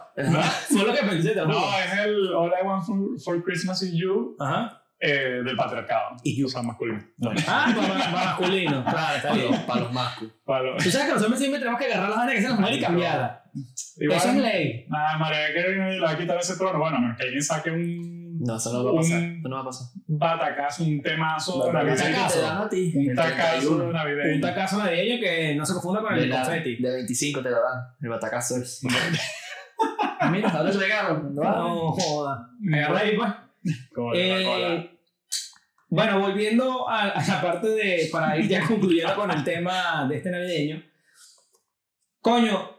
[SPEAKER 2] Fue lo que pensé, te lo juro.
[SPEAKER 3] No, es el All I Want for, for Christmas is You
[SPEAKER 2] Ajá.
[SPEAKER 3] eh, del patriarcado.
[SPEAKER 2] Y you.
[SPEAKER 3] O sea, masculino.
[SPEAKER 2] Ah, para, para masculino. Claro, está
[SPEAKER 1] Para
[SPEAKER 2] bien.
[SPEAKER 1] los, para los mascos.
[SPEAKER 3] Pablo.
[SPEAKER 2] Tú sabes que nosotros siempre tenemos que agarrar las vainas que se nos mueren y cambiarlas.
[SPEAKER 3] Igual,
[SPEAKER 2] Eso es ley.
[SPEAKER 3] Nada, Mariah Carey nadie le va a quitar ese trono. Bueno, a menos que alguien saque un
[SPEAKER 1] No, eso no va a pasar. Eso no va a pasar.
[SPEAKER 3] batacazo, un temazo
[SPEAKER 2] No,
[SPEAKER 1] Pero
[SPEAKER 2] Un
[SPEAKER 1] es el
[SPEAKER 3] navideño.
[SPEAKER 1] que
[SPEAKER 2] tacazo.
[SPEAKER 1] te dan a ti.
[SPEAKER 3] Un
[SPEAKER 1] El
[SPEAKER 3] tacazo
[SPEAKER 1] 31.
[SPEAKER 2] Un
[SPEAKER 3] navideño.
[SPEAKER 2] tacazo de ellos que no se confunda con
[SPEAKER 1] De,
[SPEAKER 2] el
[SPEAKER 1] la-
[SPEAKER 2] confeti.
[SPEAKER 1] de 25 te lo dan. El batacazo es. Mira, ahora el regalo. No,
[SPEAKER 2] No joda. Agarra
[SPEAKER 3] Agarra
[SPEAKER 2] ahí, pues.
[SPEAKER 3] Cola, cola.
[SPEAKER 2] Eh, bueno, volviendo a, a la parte de. para ir ya concluyendo con el tema de este navideño. Coño,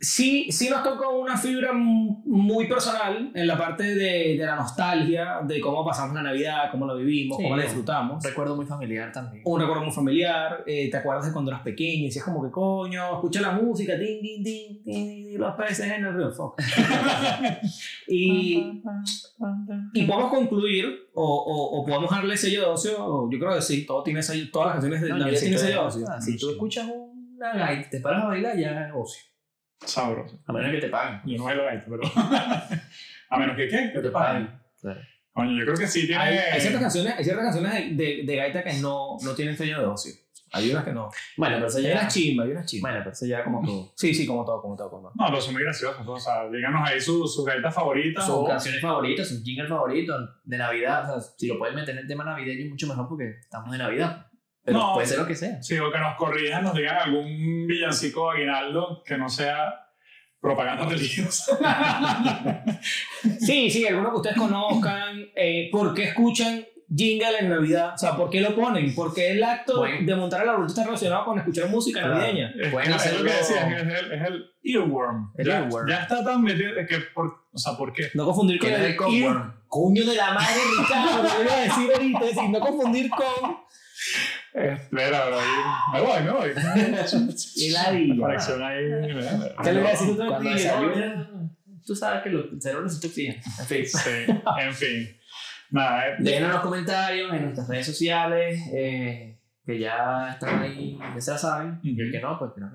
[SPEAKER 2] sí, sí nos tocó una fibra mu- muy personal en la parte de, de la nostalgia, de cómo pasamos la Navidad, cómo la vivimos,
[SPEAKER 1] Sí,
[SPEAKER 2] cómo la
[SPEAKER 1] no.
[SPEAKER 2] disfrutamos.
[SPEAKER 1] Recuerdo muy familiar también.
[SPEAKER 2] Un recuerdo muy familiar, eh, te acuerdas de cuando eras pequeño y decías como que coño, escucha la música, ding, ding, ding, ding, ding, los peces en el río. fuck. y, y podemos concluir, o, o, o podemos darle sello de ocio, o yo creo que sí, todo tiene sello, todas las canciones de
[SPEAKER 1] No, yo
[SPEAKER 2] Navidad
[SPEAKER 1] sí
[SPEAKER 2] tienen
[SPEAKER 1] te-
[SPEAKER 2] sello de ocio.
[SPEAKER 1] ah, si tú escuchas una gaita, te paras a bailar, ya es ocio.
[SPEAKER 3] Sabroso.
[SPEAKER 1] A menos que te paguen.
[SPEAKER 3] Yo no bailo gaita, pero. a menos que qué, que te paguen.
[SPEAKER 1] Claro.
[SPEAKER 3] Coño, yo creo que sí tiene.
[SPEAKER 2] Hay, hay ciertas canciones, hay ciertas canciones de, de, de gaita que no, no tienen sello de ocio. Hay unas que no.
[SPEAKER 1] Bueno, pero eso
[SPEAKER 2] Hay
[SPEAKER 1] ya.
[SPEAKER 2] unas chimbas, hay unas chimbas.
[SPEAKER 1] Bueno, pero eso ya como todo.
[SPEAKER 2] Sí, sí, como todo, como todo, como todo.
[SPEAKER 3] No, pero son muy graciosos. O sea, díganos ahí su- sus gaitas favoritas.
[SPEAKER 1] Sus
[SPEAKER 3] o-
[SPEAKER 1] canciones favoritas, sus jingles favoritos de Navidad. O sea, si lo pueden meter en el tema navideño, mucho mejor porque estamos de Navidad. Pero
[SPEAKER 3] No.
[SPEAKER 1] puede ser lo que sea.
[SPEAKER 3] Sí, o que nos corrijan, nos digan algún villancico aguinaldo que no sea propaganda religiosa.
[SPEAKER 2] Sí, sí, algunos que ustedes conozcan. Eh, ¿Por qué escuchan jingle en Navidad? O sea, ¿por qué lo ponen? Porque el acto
[SPEAKER 1] Bueno.
[SPEAKER 2] de montar el árbol está relacionado con escuchar música
[SPEAKER 1] Claro.
[SPEAKER 2] navideña.
[SPEAKER 3] Es
[SPEAKER 1] Pueden
[SPEAKER 3] que- es
[SPEAKER 1] hacerlo-
[SPEAKER 3] lo que decía, es el, es el earworm.
[SPEAKER 1] El
[SPEAKER 3] ya,
[SPEAKER 1] earworm.
[SPEAKER 3] ya está tan metido de que, por, o sea, ¿por qué?
[SPEAKER 2] No confundir con
[SPEAKER 1] ¿Quién es el Cogworm?
[SPEAKER 2] Coño de la madre, Ricardo, lo iba a decir ahorita, es decir, no confundir con
[SPEAKER 3] Espera, bro, ahí- me voy, me voy.
[SPEAKER 1] Y la diva.
[SPEAKER 3] Conexión ahí.
[SPEAKER 2] ¿Qué le voy a decir
[SPEAKER 1] Cuando
[SPEAKER 2] otra vez?
[SPEAKER 1] desayunan, tú sabes que los cerebros se te oxidan. En fin.
[SPEAKER 3] Sí, en fin. Nada, eh,
[SPEAKER 1] Déjenos los comentarios en nuestras redes sociales, eh, que ya están ahí, que se la saben. Y el que no, pues que no.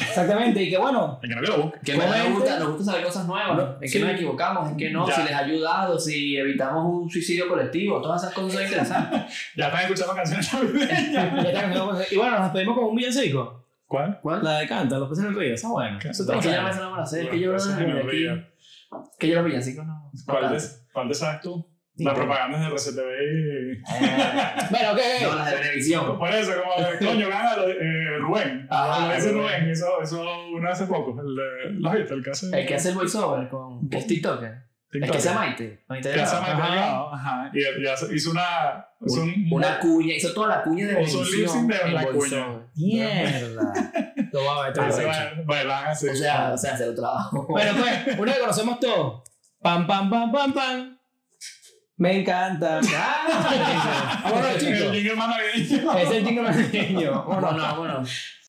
[SPEAKER 2] Exactamente, y que bueno,
[SPEAKER 3] el que no lo busque.
[SPEAKER 1] Que en verdad nos
[SPEAKER 2] Comenten.
[SPEAKER 1] gusta, nos gusta saber cosas nuevas,
[SPEAKER 2] No,
[SPEAKER 1] en
[SPEAKER 2] sí.
[SPEAKER 1] que nos equivocamos, en que no,
[SPEAKER 3] Ya.
[SPEAKER 1] si les ha ayudado, si evitamos un suicidio colectivo, todas esas cosas son interesantes.
[SPEAKER 3] Ya están escuchando canciones navideñas.
[SPEAKER 2] ya está, nos vemos. y bueno, nos despedimos con un villancico.
[SPEAKER 3] ¿Cuál?
[SPEAKER 2] La de Canta, los peces en el río, está bueno.
[SPEAKER 3] ¿Qué?
[SPEAKER 2] Eso está
[SPEAKER 1] Es que ya
[SPEAKER 2] bueno.
[SPEAKER 1] me se lo van a hacer,
[SPEAKER 3] Bueno,
[SPEAKER 1] que yo
[SPEAKER 3] pues, en el
[SPEAKER 1] aquí,
[SPEAKER 3] río.
[SPEAKER 1] que yo los villancicos no. no
[SPEAKER 3] ¿Cuál
[SPEAKER 1] canto.
[SPEAKER 3] de, ¿Cuál de sabes tú? La propaganda es de RCTV y
[SPEAKER 1] Eh,
[SPEAKER 2] Bueno, ¿qué?
[SPEAKER 1] No, las de
[SPEAKER 3] Pues
[SPEAKER 1] Venevisión.
[SPEAKER 3] Por eso, como, coño, gana eh, Rubén.
[SPEAKER 1] Ah,
[SPEAKER 3] lo dice
[SPEAKER 1] Rubén.
[SPEAKER 3] Rubén, eso, eso uno hace poco. El, de- ¿Lo viste? El que hace.
[SPEAKER 1] El que hace el voiceover con que es TikToker. El
[SPEAKER 3] TikTok.
[SPEAKER 1] que hace Maite. Maite
[SPEAKER 3] Que hace
[SPEAKER 1] Delgado.
[SPEAKER 3] Maite
[SPEAKER 2] Ajá.
[SPEAKER 3] Delgado, Ajá. Y, y hace- hizo una. hizo un-
[SPEAKER 1] Una cuña, hizo toda la cuña de
[SPEAKER 3] Hizo un
[SPEAKER 1] Venevisión.
[SPEAKER 3] lip sync de
[SPEAKER 1] en
[SPEAKER 3] la
[SPEAKER 1] voiceover.
[SPEAKER 2] Mierda. Lo va a ver, te lo
[SPEAKER 3] hace-
[SPEAKER 2] voy a ver.
[SPEAKER 3] bailan así.
[SPEAKER 1] O sea, o sea, se lo trabajo.
[SPEAKER 2] Bueno, pues, una que conocemos todos. Pam, pam, pam, pam, pam. Me encanta.
[SPEAKER 1] Ah,
[SPEAKER 2] Vámonos,
[SPEAKER 3] Ah, el
[SPEAKER 2] chicos.
[SPEAKER 3] jingle más navideño.
[SPEAKER 2] Es el jingle navideño.
[SPEAKER 1] bueno,
[SPEAKER 2] Vámonos.
[SPEAKER 1] bueno, bueno.